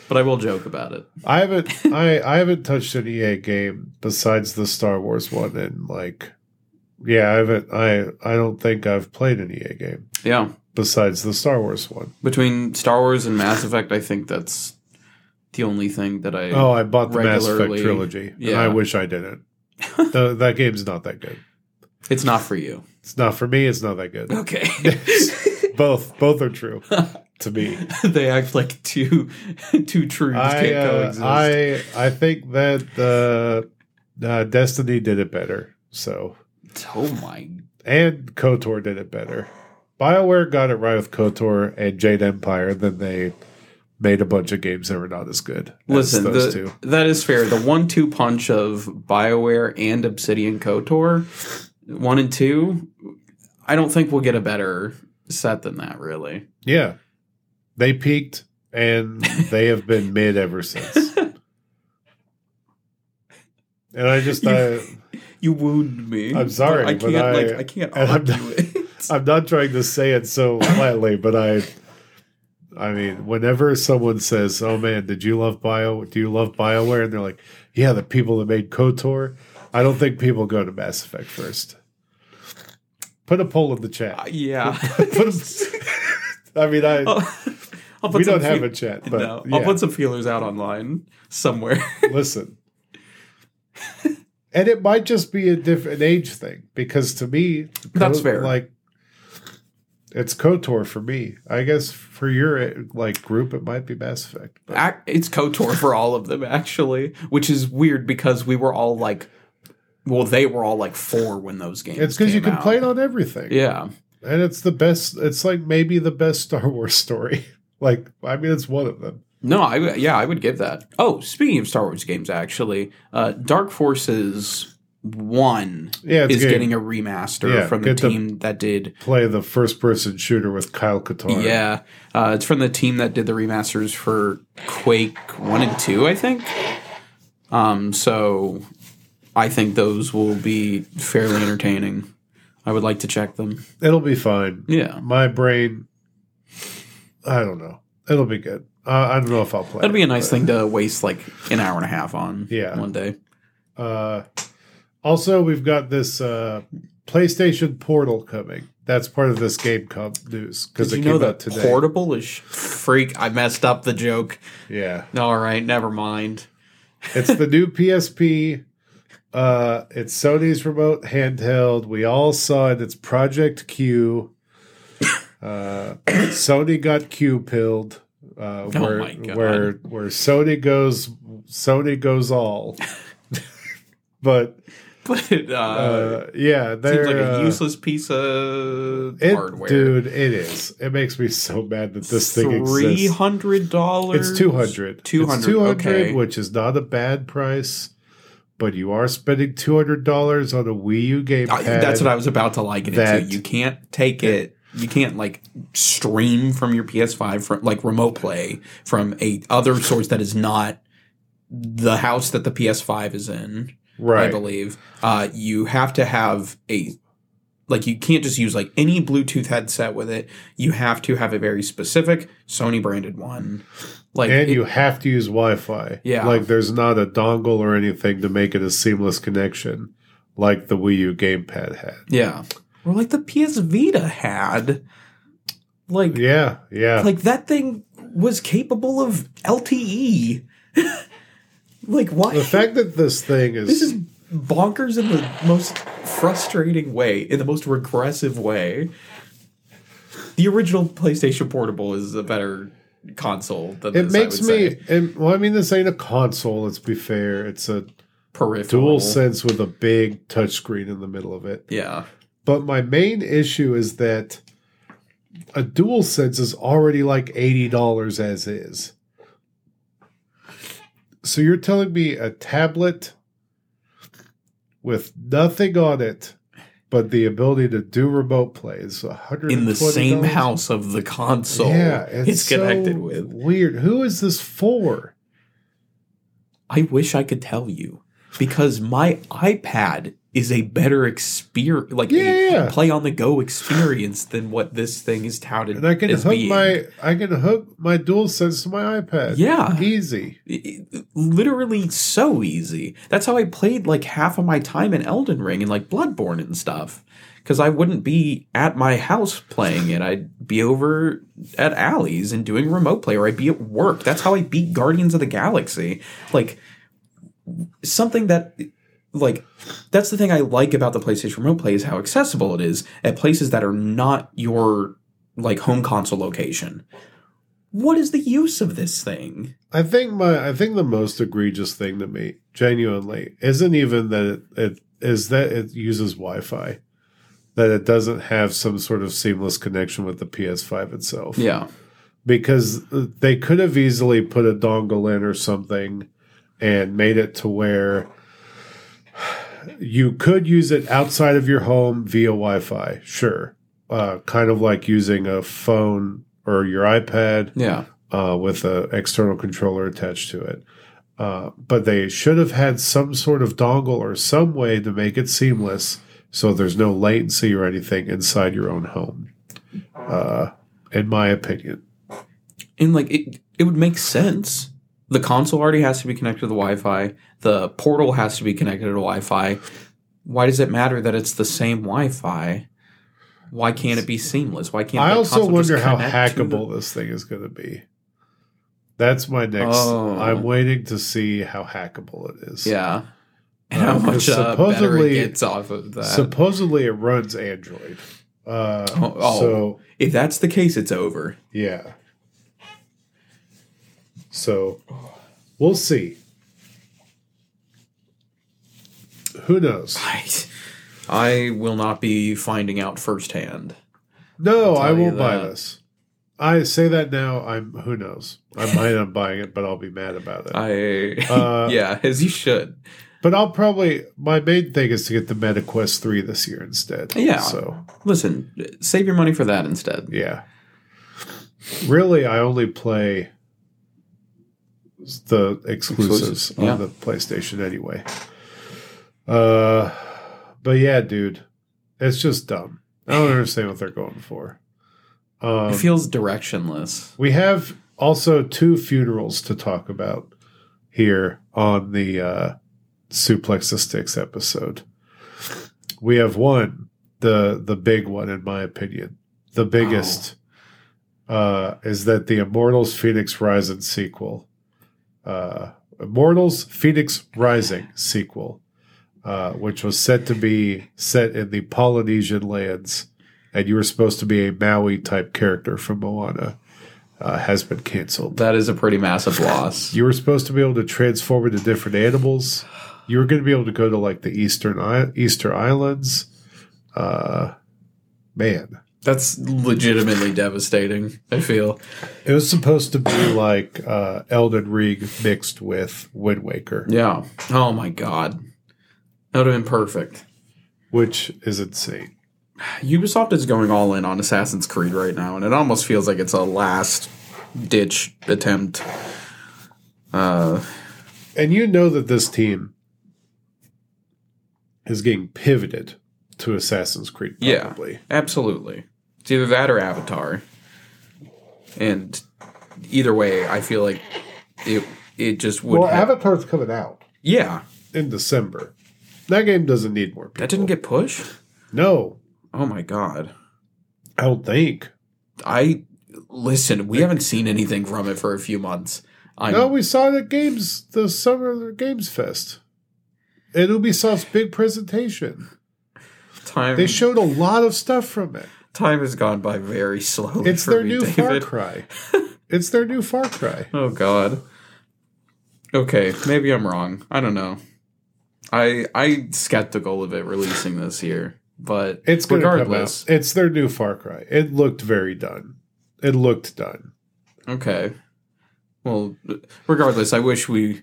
[SPEAKER 2] but I will joke about it.
[SPEAKER 1] I haven't I, I haven't touched an EA game besides the Star Wars one and like yeah, I haven't I I don't think I've played an EA game
[SPEAKER 2] Yeah,
[SPEAKER 1] besides the Star Wars one.
[SPEAKER 2] between Star Wars and Mass Effect, I think that's the only thing that I.
[SPEAKER 1] Oh, I bought the Mass
[SPEAKER 2] Regularly,
[SPEAKER 1] Effect trilogy. And
[SPEAKER 2] yeah.
[SPEAKER 1] I wish I didn't. Tho- that game's not that good.
[SPEAKER 2] It's not for you.
[SPEAKER 1] It's not for me, it's not that good.
[SPEAKER 2] Okay.
[SPEAKER 1] both both are true to me.
[SPEAKER 2] they act like two two truths
[SPEAKER 1] I,
[SPEAKER 2] can't
[SPEAKER 1] uh,
[SPEAKER 2] coexist.
[SPEAKER 1] I I think that uh, uh, Destiny did it better. So
[SPEAKER 2] oh my!
[SPEAKER 1] and KOTOR did it better. BioWare got it right with KOTOR and Jade Empire, then they made a bunch of games that were not as good.
[SPEAKER 2] Listen,
[SPEAKER 1] as those
[SPEAKER 2] the-
[SPEAKER 1] two.
[SPEAKER 2] that is fair. The one-two punch of Bioware and Obsidian Kotor, one and two. I don't think we'll get a better set than that. Really,
[SPEAKER 1] Yeah. They peaked and they have been mid ever since. And I just I,
[SPEAKER 2] you wound me.
[SPEAKER 1] I'm sorry,
[SPEAKER 2] I
[SPEAKER 1] but
[SPEAKER 2] can't.
[SPEAKER 1] I-
[SPEAKER 2] like, I can't
[SPEAKER 1] and I'm
[SPEAKER 2] argue
[SPEAKER 1] not-
[SPEAKER 2] it.
[SPEAKER 1] I'm not trying to say it so lightly, but I I mean, whenever someone says, "Oh man, did you love Bio? Do you love BioWare?" and they're like, "Yeah, the people that made KOTOR." I don't think people go to Mass Effect first. Put a poll in the
[SPEAKER 2] Uh,
[SPEAKER 1] chat.
[SPEAKER 2] yeah.
[SPEAKER 1] Put a, I mean, I
[SPEAKER 2] I'll, I'll Oh, put
[SPEAKER 1] we
[SPEAKER 2] some
[SPEAKER 1] don't have
[SPEAKER 2] feel-
[SPEAKER 1] a chat, but
[SPEAKER 2] no,
[SPEAKER 1] yeah,
[SPEAKER 2] I'll put some feelers out online somewhere.
[SPEAKER 1] listen. And it might just be a different age thing because to me,
[SPEAKER 2] That's fair.
[SPEAKER 1] Like, it's Kotor for me. I guess for your eh, like group, it might be Mass Effect. But
[SPEAKER 2] Ac- it's Kotor for all of them, actually, which is weird because we were all like, well, they were all like four when those games.
[SPEAKER 1] it's because you
[SPEAKER 2] came
[SPEAKER 1] can
[SPEAKER 2] out.
[SPEAKER 1] play it on everything.
[SPEAKER 2] Yeah,
[SPEAKER 1] And it's the best. It's like maybe the best Star Wars story. Like, I mean, it's one of them.
[SPEAKER 2] no, I w- yeah, I would give that. Oh, speaking of Star Wars games, actually, uh, Dark Forces One
[SPEAKER 1] Yeah, it's
[SPEAKER 2] is
[SPEAKER 1] good.
[SPEAKER 2] getting a remaster
[SPEAKER 1] Yeah,
[SPEAKER 2] from the
[SPEAKER 1] get the-
[SPEAKER 2] team that did.
[SPEAKER 1] play the first person shooter with Kyle Katarn.
[SPEAKER 2] Yeah, uh, it's from the team that did the remasters for Quake One and Two, I think. Um, so I think those will be fairly entertaining. I would like to check them.
[SPEAKER 1] it'll be fine.
[SPEAKER 2] Yeah.
[SPEAKER 1] my brain. I don't know. It'll be good. Uh, I don't know if I'll play.
[SPEAKER 2] That'd be
[SPEAKER 1] it,
[SPEAKER 2] a nice
[SPEAKER 1] but,
[SPEAKER 2] thing to waste like an hour and a half on
[SPEAKER 1] Yeah.
[SPEAKER 2] one day.
[SPEAKER 1] Uh, also, we've got this uh, PlayStation Portal coming. That's part of this game com- news because
[SPEAKER 2] Did
[SPEAKER 1] it
[SPEAKER 2] you
[SPEAKER 1] came
[SPEAKER 2] know
[SPEAKER 1] out
[SPEAKER 2] that
[SPEAKER 1] today.
[SPEAKER 2] portable is sh- freak? I messed up the joke.
[SPEAKER 1] yeah,
[SPEAKER 2] All right, never mind.
[SPEAKER 1] it's the new PSP. Uh, it's Sony's remote handheld. We all saw it. It's Project Q. Uh, Sony got Q pilled. Uh,
[SPEAKER 2] Oh
[SPEAKER 1] where
[SPEAKER 2] my God.
[SPEAKER 1] where where Sony goes, Sony goes all. but
[SPEAKER 2] But it uh,
[SPEAKER 1] uh, yeah, they're
[SPEAKER 2] seems like a
[SPEAKER 1] uh,
[SPEAKER 2] useless piece of
[SPEAKER 1] it,
[SPEAKER 2] hardware.
[SPEAKER 1] dude. It is. It makes me so mad that this thing
[SPEAKER 2] three
[SPEAKER 1] exists.
[SPEAKER 2] hundred dollars.
[SPEAKER 1] It's 200.
[SPEAKER 2] Two hundred.
[SPEAKER 1] It's 200,
[SPEAKER 2] Okay.
[SPEAKER 1] which is not a bad price, but you are spending $200 on a Wii U game
[SPEAKER 2] Ah, I- that's what I was about to liken it to.
[SPEAKER 1] That-
[SPEAKER 2] You can't take it you can't like stream from your PS5 from like remote play from a other source that is not the house that the PS5 is in. I
[SPEAKER 1] Right.
[SPEAKER 2] believe uh, you have to have a like you can't just use like any Bluetooth headset with it. You have to have a very specific Sony branded one. Like
[SPEAKER 1] And
[SPEAKER 2] it-
[SPEAKER 1] you have to use Wi Fi.
[SPEAKER 2] Yeah.
[SPEAKER 1] Like there's not a dongle or anything to make it a seamless connection like the Wii U gamepad had.
[SPEAKER 2] yeah, or like the PS Vita had, like
[SPEAKER 1] Yeah, yeah.
[SPEAKER 2] like that thing was capable of LTE. like why?
[SPEAKER 1] the fact that this thing is,
[SPEAKER 2] this is bonkers in the most frustrating way, in the most regressive way. The original PlayStation Portable is a better console than
[SPEAKER 1] it
[SPEAKER 2] this, I
[SPEAKER 1] makes
[SPEAKER 2] would
[SPEAKER 1] me
[SPEAKER 2] say.
[SPEAKER 1] and well, I mean this ain't a console, let's be fair. It's a
[SPEAKER 2] peripheral.
[SPEAKER 1] dual sense with a big touchscreen in the middle of it.
[SPEAKER 2] Yeah,
[SPEAKER 1] But my main issue is that a dual sense is already like $80 as is. So you're telling me a tablet with nothing on it but the ability to do remote play is 120
[SPEAKER 2] in the same house of the console.
[SPEAKER 1] yeah,
[SPEAKER 2] it's, connected
[SPEAKER 1] so
[SPEAKER 2] with.
[SPEAKER 1] Weird. Who is this for?
[SPEAKER 2] I wish I could tell you because my iPad is a better experience, like
[SPEAKER 1] Yeah,
[SPEAKER 2] a
[SPEAKER 1] yeah.
[SPEAKER 2] play on the go experience than what this thing is touted
[SPEAKER 1] And I can
[SPEAKER 2] as
[SPEAKER 1] hook
[SPEAKER 2] being.
[SPEAKER 1] my I can hook my dual sense to my iPad.
[SPEAKER 2] Yeah.
[SPEAKER 1] Easy.
[SPEAKER 2] literally so easy. That's how I played like half of my time in Elden Ring and like Bloodborne and stuff. Because I wouldn't be at my house playing it. I'd be over at Allie's and doing remote play, or I'd be at work. That's how I beat Guardians of the Galaxy. Like something that, like, that's the thing I like about the PlayStation Remote Play is how accessible it is at places that are not your like home console location. What is the use of this thing?
[SPEAKER 1] I think my I think the most egregious thing to me, genuinely, isn't even that it, it is that it uses Wi-Fi, that it doesn't have some sort of seamless connection with the PS5 itself.
[SPEAKER 2] Yeah.
[SPEAKER 1] because uh, they could have easily put a dongle in or something, and made it to where you could use it outside of your home via Wi-Fi. Sure, uh, kind of like using a phone or your iPad
[SPEAKER 2] Yeah.
[SPEAKER 1] uh, with an external controller attached to it. Uh, but they should have had some sort of dongle or some way to make it seamless so there's no latency or anything inside your own home, uh, in my opinion.
[SPEAKER 2] And like it it would make sense. The console already has to be connected to the Wi-Fi. The portal has to be connected to Wi-Fi. Why does it matter that it's the same Wi-Fi? Why can't it be seamless? Why can't
[SPEAKER 1] I
[SPEAKER 2] the
[SPEAKER 1] also
[SPEAKER 2] console just
[SPEAKER 1] wonder how
[SPEAKER 2] connect to the-
[SPEAKER 1] hackable this thing is going to be. That's my next.
[SPEAKER 2] Oh.
[SPEAKER 1] I'm waiting to see how hackable it is.
[SPEAKER 2] yeah. And
[SPEAKER 1] Uh,
[SPEAKER 2] how much
[SPEAKER 1] 'cause
[SPEAKER 2] uh, better it
[SPEAKER 1] supposedly-
[SPEAKER 2] gets off of that.
[SPEAKER 1] Supposedly it runs Android. Uh,
[SPEAKER 2] Oh, oh.
[SPEAKER 1] So
[SPEAKER 2] if that's the case, it's over.
[SPEAKER 1] Yeah. So we'll see. Who knows?
[SPEAKER 2] I, I will not be finding out firsthand.
[SPEAKER 1] No,
[SPEAKER 2] I'll tell
[SPEAKER 1] I
[SPEAKER 2] you
[SPEAKER 1] won't buy
[SPEAKER 2] that.
[SPEAKER 1] this. I say that now. I'm who knows. I might not buying it, but I'll be mad about it.
[SPEAKER 2] I
[SPEAKER 1] Uh,
[SPEAKER 2] yeah, as you should.
[SPEAKER 1] But I'll probably my main thing is to get the Meta Quest three this year instead.
[SPEAKER 2] Yeah.
[SPEAKER 1] So
[SPEAKER 2] Listen, save your money for that instead.
[SPEAKER 1] yeah. Really, I only play the exclusives,
[SPEAKER 2] Exclusives,
[SPEAKER 1] on
[SPEAKER 2] yeah.
[SPEAKER 1] the PlayStation anyway. Uh, but yeah, dude, it's just dumb. I don't understand what they're going for. Um,
[SPEAKER 2] It feels directionless.
[SPEAKER 1] we have also two funerals to talk about here on the uh, Suplex the Sticks episode. We have one, the the big one, in my opinion, the biggest, uh, is that the Immortals Phoenix Rising sequel, uh, Immortals Phoenix Rising sequel, uh, which was set to be set in the Polynesian lands, and you were supposed to be a Maui type character from Moana, uh, has been canceled.
[SPEAKER 2] That is a pretty massive loss.
[SPEAKER 1] You were supposed to be able to transform into different animals. You were going to be able to go to like the eastern I- Easter Islands. Uh, man,
[SPEAKER 2] That's legitimately devastating, I feel.
[SPEAKER 1] it was supposed to be like uh, Elden Ring mixed with Wind Waker,
[SPEAKER 2] Yeah. Oh my god. That would have been perfect.
[SPEAKER 1] which is insane.
[SPEAKER 2] Ubisoft is going all in on Assassin's Creed right now, and it almost feels like it's a last ditch attempt. Uh,
[SPEAKER 1] And you know that this team is getting pivoted to Assassin's Creed,
[SPEAKER 2] Yeah.
[SPEAKER 1] probably.
[SPEAKER 2] absolutely. It's either that or Avatar. And either way, I feel like it it just would
[SPEAKER 1] Well,
[SPEAKER 2] have-
[SPEAKER 1] Avatar's coming out
[SPEAKER 2] Yeah.
[SPEAKER 1] in December. That game doesn't need more people.
[SPEAKER 2] That didn't get pushed?
[SPEAKER 1] No,
[SPEAKER 2] Oh my god.
[SPEAKER 1] I don't think.
[SPEAKER 2] I listen, we haven't seen anything from it for a few months. I
[SPEAKER 1] no, we saw it at games the summer of the Games Fest. At Ubisoft's big presentation.
[SPEAKER 2] time
[SPEAKER 1] They showed a lot of stuff from it.
[SPEAKER 2] time has gone by very slowly.
[SPEAKER 1] It's
[SPEAKER 2] for
[SPEAKER 1] their
[SPEAKER 2] me,
[SPEAKER 1] new
[SPEAKER 2] David.
[SPEAKER 1] Far Cry. It's their new Far Cry.
[SPEAKER 2] Oh God. Okay, maybe I'm wrong. I don't know. I I skeptical of it releasing this year, but
[SPEAKER 1] It's going to come out.
[SPEAKER 2] regardless.
[SPEAKER 1] It's their new Far Cry. It looked very done. It looked done.
[SPEAKER 2] Okay. Well, regardless, I wish we,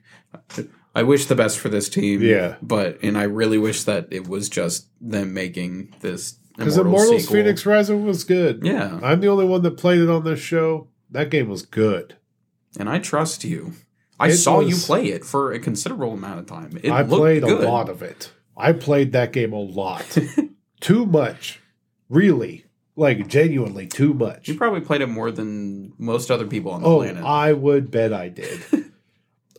[SPEAKER 2] I wish the best for this team.
[SPEAKER 1] Yeah.
[SPEAKER 2] But and I really wish that it was just them making this
[SPEAKER 1] Because
[SPEAKER 2] immortal
[SPEAKER 1] Immortals
[SPEAKER 2] sequel.
[SPEAKER 1] Phoenix Rising was good.
[SPEAKER 2] Yeah,
[SPEAKER 1] I'm the only one that played it on this show. That game was good.
[SPEAKER 2] and I trust you. I
[SPEAKER 1] It
[SPEAKER 2] saw you
[SPEAKER 1] was-
[SPEAKER 2] play it for a considerable amount of time. It
[SPEAKER 1] I
[SPEAKER 2] looked
[SPEAKER 1] played
[SPEAKER 2] good.
[SPEAKER 1] a lot of it. I played that game a lot. too much. Really. Like, genuinely too much.
[SPEAKER 2] You probably played it more than most other people on the
[SPEAKER 1] Oh,
[SPEAKER 2] planet.
[SPEAKER 1] I would bet I did.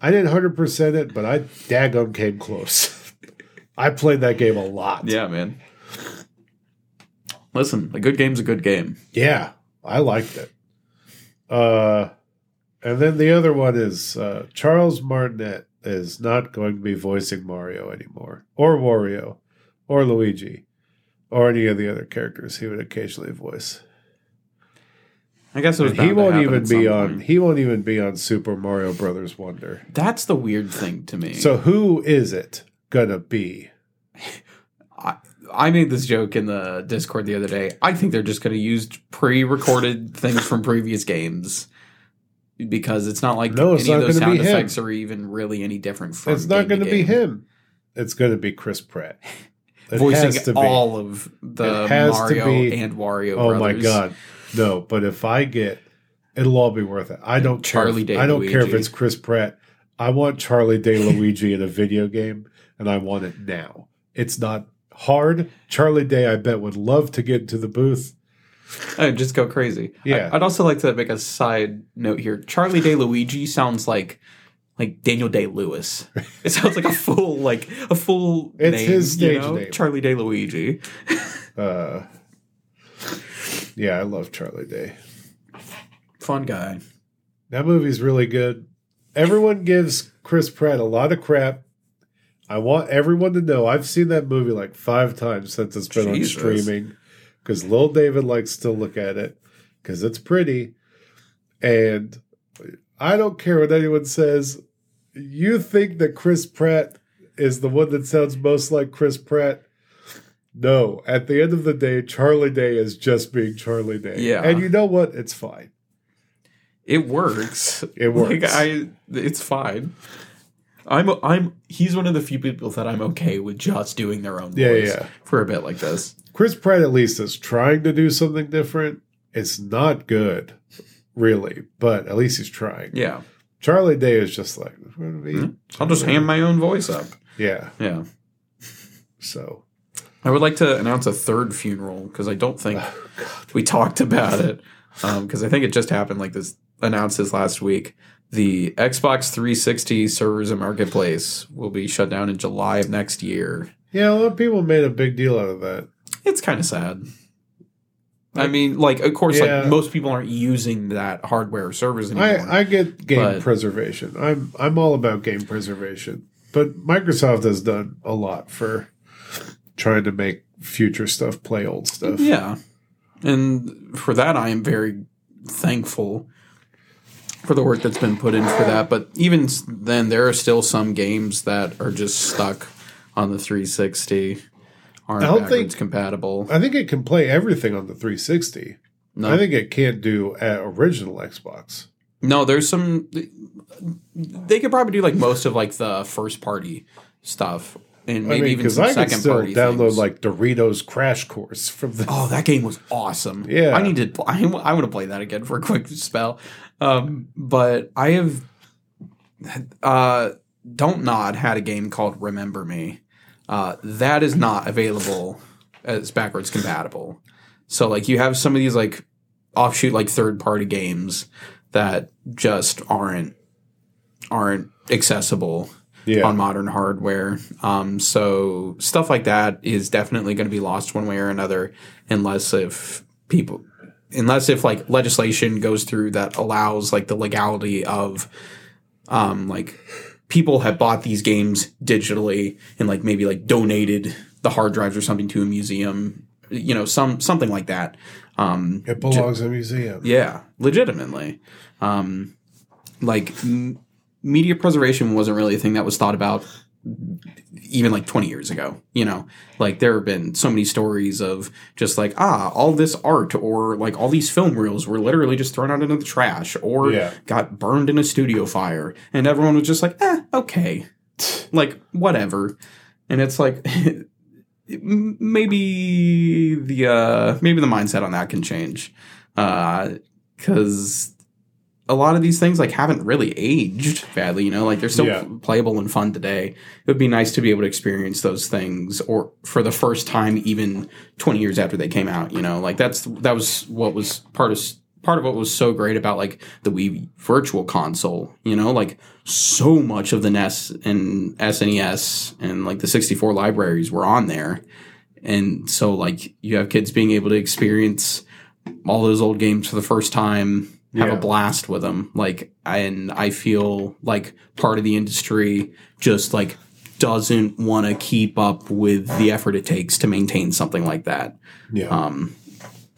[SPEAKER 1] I didn't 100% it, but I daggum came close. I played that game a lot.
[SPEAKER 2] Yeah, man. Listen, a good game's a good game.
[SPEAKER 1] Yeah, I liked it. Uh, and then the other one is uh, Charles Martinet is not going to be voicing Mario anymore, or Wario, or Luigi, or any of the other characters he would occasionally voice.
[SPEAKER 2] I guess it was.
[SPEAKER 1] And
[SPEAKER 2] bound
[SPEAKER 1] he
[SPEAKER 2] to
[SPEAKER 1] won't
[SPEAKER 2] happen
[SPEAKER 1] even
[SPEAKER 2] at some
[SPEAKER 1] be um, on.
[SPEAKER 2] point.
[SPEAKER 1] He won't even be on Super Mario Brothers Wonder.
[SPEAKER 2] That's the weird thing to me.
[SPEAKER 1] So who is it gonna be?
[SPEAKER 2] I made this joke in the Discord the other day. I think they're just going to use pre-recorded things from previous games because it's not like
[SPEAKER 1] No, it's
[SPEAKER 2] any of
[SPEAKER 1] not
[SPEAKER 2] those
[SPEAKER 1] gonna be
[SPEAKER 2] sound
[SPEAKER 1] him.
[SPEAKER 2] effects are even really any different from.
[SPEAKER 1] it's not
[SPEAKER 2] going to
[SPEAKER 1] be
[SPEAKER 2] game.
[SPEAKER 1] him. It's gonna be Chris Pratt. It
[SPEAKER 2] voicing
[SPEAKER 1] has to be.
[SPEAKER 2] all of the
[SPEAKER 1] It has to
[SPEAKER 2] Mario
[SPEAKER 1] be-
[SPEAKER 2] and Wario.
[SPEAKER 1] Oh my
[SPEAKER 2] brothers.
[SPEAKER 1] god, no! But if I get, it'll all be worth it. I don't care.
[SPEAKER 2] Charlie
[SPEAKER 1] if- I don't care if
[SPEAKER 2] Day-Luigi.
[SPEAKER 1] it's Chris Pratt. I want Charlie Day Luigi in a video game, and I want it now. It's not hard. Charlie Day, I bet, would love to get into the booth.
[SPEAKER 2] I'd just go crazy.
[SPEAKER 1] Yeah.
[SPEAKER 2] I, would also like to make a side note here. Charlie Day Luigi sounds like like Daniel Day Lewis. It sounds like a full like a full
[SPEAKER 1] It's
[SPEAKER 2] name,
[SPEAKER 1] his
[SPEAKER 2] you
[SPEAKER 1] stage
[SPEAKER 2] know?
[SPEAKER 1] name.
[SPEAKER 2] Charlie Day Luigi.
[SPEAKER 1] Uh, yeah, I love Charlie Day.
[SPEAKER 2] Fun guy.
[SPEAKER 1] That movie's really good. Everyone gives Chris Pratt a lot of crap. I want everyone to know I've seen that movie like five times since it's been
[SPEAKER 2] Jesus.
[SPEAKER 1] on streaming because Lil David likes to look at it because it's pretty. And I don't care what anyone says. You think that Chris Pratt is the one that sounds most like Chris Pratt? No. At the end of the day, Charlie Day is just being Charlie Day.
[SPEAKER 2] Yeah.
[SPEAKER 1] And you know what? It's fine.
[SPEAKER 2] It works.
[SPEAKER 1] It works.
[SPEAKER 2] Like I it's fine. I'm I'm he's one of the few people that I'm okay with just doing their own
[SPEAKER 1] Yeah,
[SPEAKER 2] voice
[SPEAKER 1] yeah.
[SPEAKER 2] for a bit like this.
[SPEAKER 1] Chris Pratt at least is trying to do something different. It's not good, really, but at least he's trying.
[SPEAKER 2] Yeah. Hmm?
[SPEAKER 1] Charlie Day is just like, "We're gonna be-"
[SPEAKER 2] I'll just hand my own voice up.
[SPEAKER 1] yeah.
[SPEAKER 2] Yeah.
[SPEAKER 1] So
[SPEAKER 2] I would like to announce a third funeral because I don't think
[SPEAKER 1] Oh,
[SPEAKER 2] we talked about it. Because I think it just happened, like this announced this last week. The Xbox 360 servers and marketplace will be shut down in July of next year.
[SPEAKER 1] yeah, a lot of people made a big deal out of that.
[SPEAKER 2] It's kind of sad. I mean, like, of course,
[SPEAKER 1] Yeah.
[SPEAKER 2] like most people aren't using that hardware or servers anymore.
[SPEAKER 1] I, I get game
[SPEAKER 2] But-
[SPEAKER 1] preservation. I'm I'm all about game preservation, but Microsoft has done a lot for trying to make future stuff play old stuff.
[SPEAKER 2] Yeah. And for that, I am very thankful for the work that's been put in for that. But even s- then, there are still some games that are just stuck on the 360, aren't
[SPEAKER 1] I don't
[SPEAKER 2] backwards
[SPEAKER 1] think-
[SPEAKER 2] compatible.
[SPEAKER 1] I think it can play everything on the 360.
[SPEAKER 2] No,
[SPEAKER 1] I think it can't do at original Xbox.
[SPEAKER 2] no, there's some. They could probably do like most of like the first party stuff and
[SPEAKER 1] I
[SPEAKER 2] maybe
[SPEAKER 1] mean,
[SPEAKER 2] even
[SPEAKER 1] because
[SPEAKER 2] some
[SPEAKER 1] I could
[SPEAKER 2] second
[SPEAKER 1] still
[SPEAKER 2] party
[SPEAKER 1] download
[SPEAKER 2] things.
[SPEAKER 1] like Doritos Crash Course from the.
[SPEAKER 2] Oh, that game was awesome.
[SPEAKER 1] Yeah.
[SPEAKER 2] I need to. I, I want to play that again for a quick spell. Um, but I have. Uh, Don't Nod had a game called Remember Me. Uh, that is not available as backwards compatible. So like you have some of these like offshoot like third party games that just aren't aren't accessible
[SPEAKER 1] yeah.
[SPEAKER 2] on modern hardware. Um, so stuff like that is definitely going to be lost one way or another, unless if people, unless if like legislation goes through that allows like the legality of, um, like people have bought these games digitally and like maybe like donated the hard drives or something to a museum, you know, some something like that. Um,
[SPEAKER 1] it belongs in a museum.
[SPEAKER 2] yeah, legitimately. Um, like m- media preservation wasn't really a thing that was thought about even like 20 years ago. You know, like there have been so many stories of just like ah, all this art or like all these film reels were literally just thrown out into the trash or
[SPEAKER 1] Yeah.
[SPEAKER 2] got burned in a studio fire, and everyone was just like, eh, okay, like whatever. And it's like. m- Maybe the uh, maybe the mindset on that can change because a lot of these things like haven't really aged badly you know like they're still
[SPEAKER 1] Yeah.
[SPEAKER 2] playable and fun today it would be nice to be able to experience those things or for the first time even 20 years after they came out you know like that's that was what was part of part of what was so great about like the Wii virtual console you know like so much of the NES and SNES and like the 64 libraries were on there and so like you have kids being able to experience all those old games for the first time have
[SPEAKER 1] Yeah.
[SPEAKER 2] a blast with them like and i feel like part of the industry just like doesn't want to keep up with the effort it takes to maintain something like that
[SPEAKER 1] Yeah.
[SPEAKER 2] um,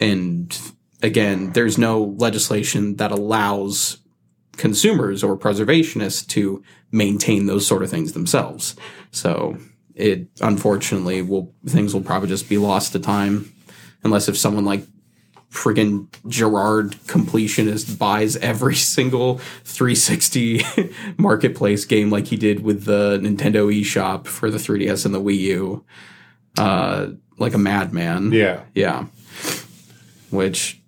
[SPEAKER 2] and again, there's no legislation that allows consumers or preservationists to maintain those sort of things themselves. So it unfortunately will things will probably just be lost to time unless if someone like friggin' Gerard completionist buys every single 360 marketplace game like he did with the Nintendo eShop for the 3DS and the Wii U. Uh, like a madman.
[SPEAKER 1] yeah.
[SPEAKER 2] Yeah. Which,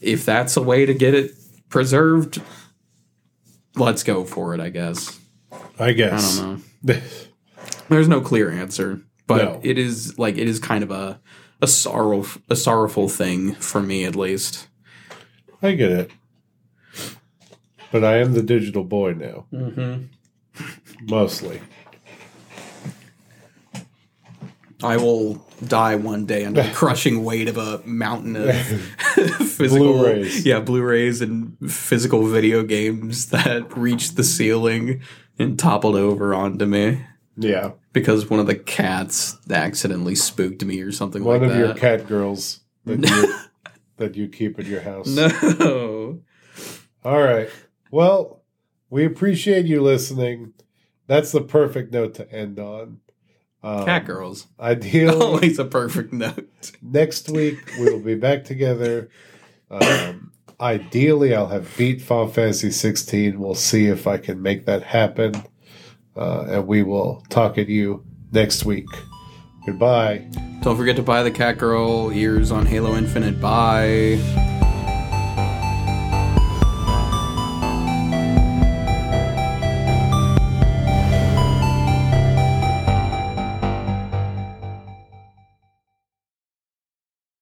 [SPEAKER 2] if that's a way to get it preserved, let's go for it, I guess.
[SPEAKER 1] I
[SPEAKER 2] I
[SPEAKER 1] guess.
[SPEAKER 2] don't know. There's no clear answer, but
[SPEAKER 1] No.
[SPEAKER 2] it is like it is kind of a a sorrow a sorrowful thing for me at least.
[SPEAKER 1] I get it. But I am the digital boy now.
[SPEAKER 2] Mhm.
[SPEAKER 1] Mostly.
[SPEAKER 2] I will die one day under the crushing weight of a mountain of physical
[SPEAKER 1] Blu-rays.
[SPEAKER 2] yeah, Blu-rays and physical video games that reached the ceiling and toppled over onto me.
[SPEAKER 1] Yeah.
[SPEAKER 2] because one of the cats accidentally spooked me or something
[SPEAKER 1] One
[SPEAKER 2] like
[SPEAKER 1] of
[SPEAKER 2] that.
[SPEAKER 1] your cat girls that you, that you keep at your house.
[SPEAKER 2] No.
[SPEAKER 1] All right. Well, we appreciate you listening. That's the perfect note to end on. Um,
[SPEAKER 2] Cat girls.
[SPEAKER 1] Ideally,
[SPEAKER 2] Always a perfect note.
[SPEAKER 1] next week we will be back together. Um, ideally, I'll have beat Final Fantasy 16. We'll see if I can make that happen. Uh, and we will talk at you next week. Goodbye.
[SPEAKER 2] Don't forget to buy the cat girl ears on Halo Infinite. Bye.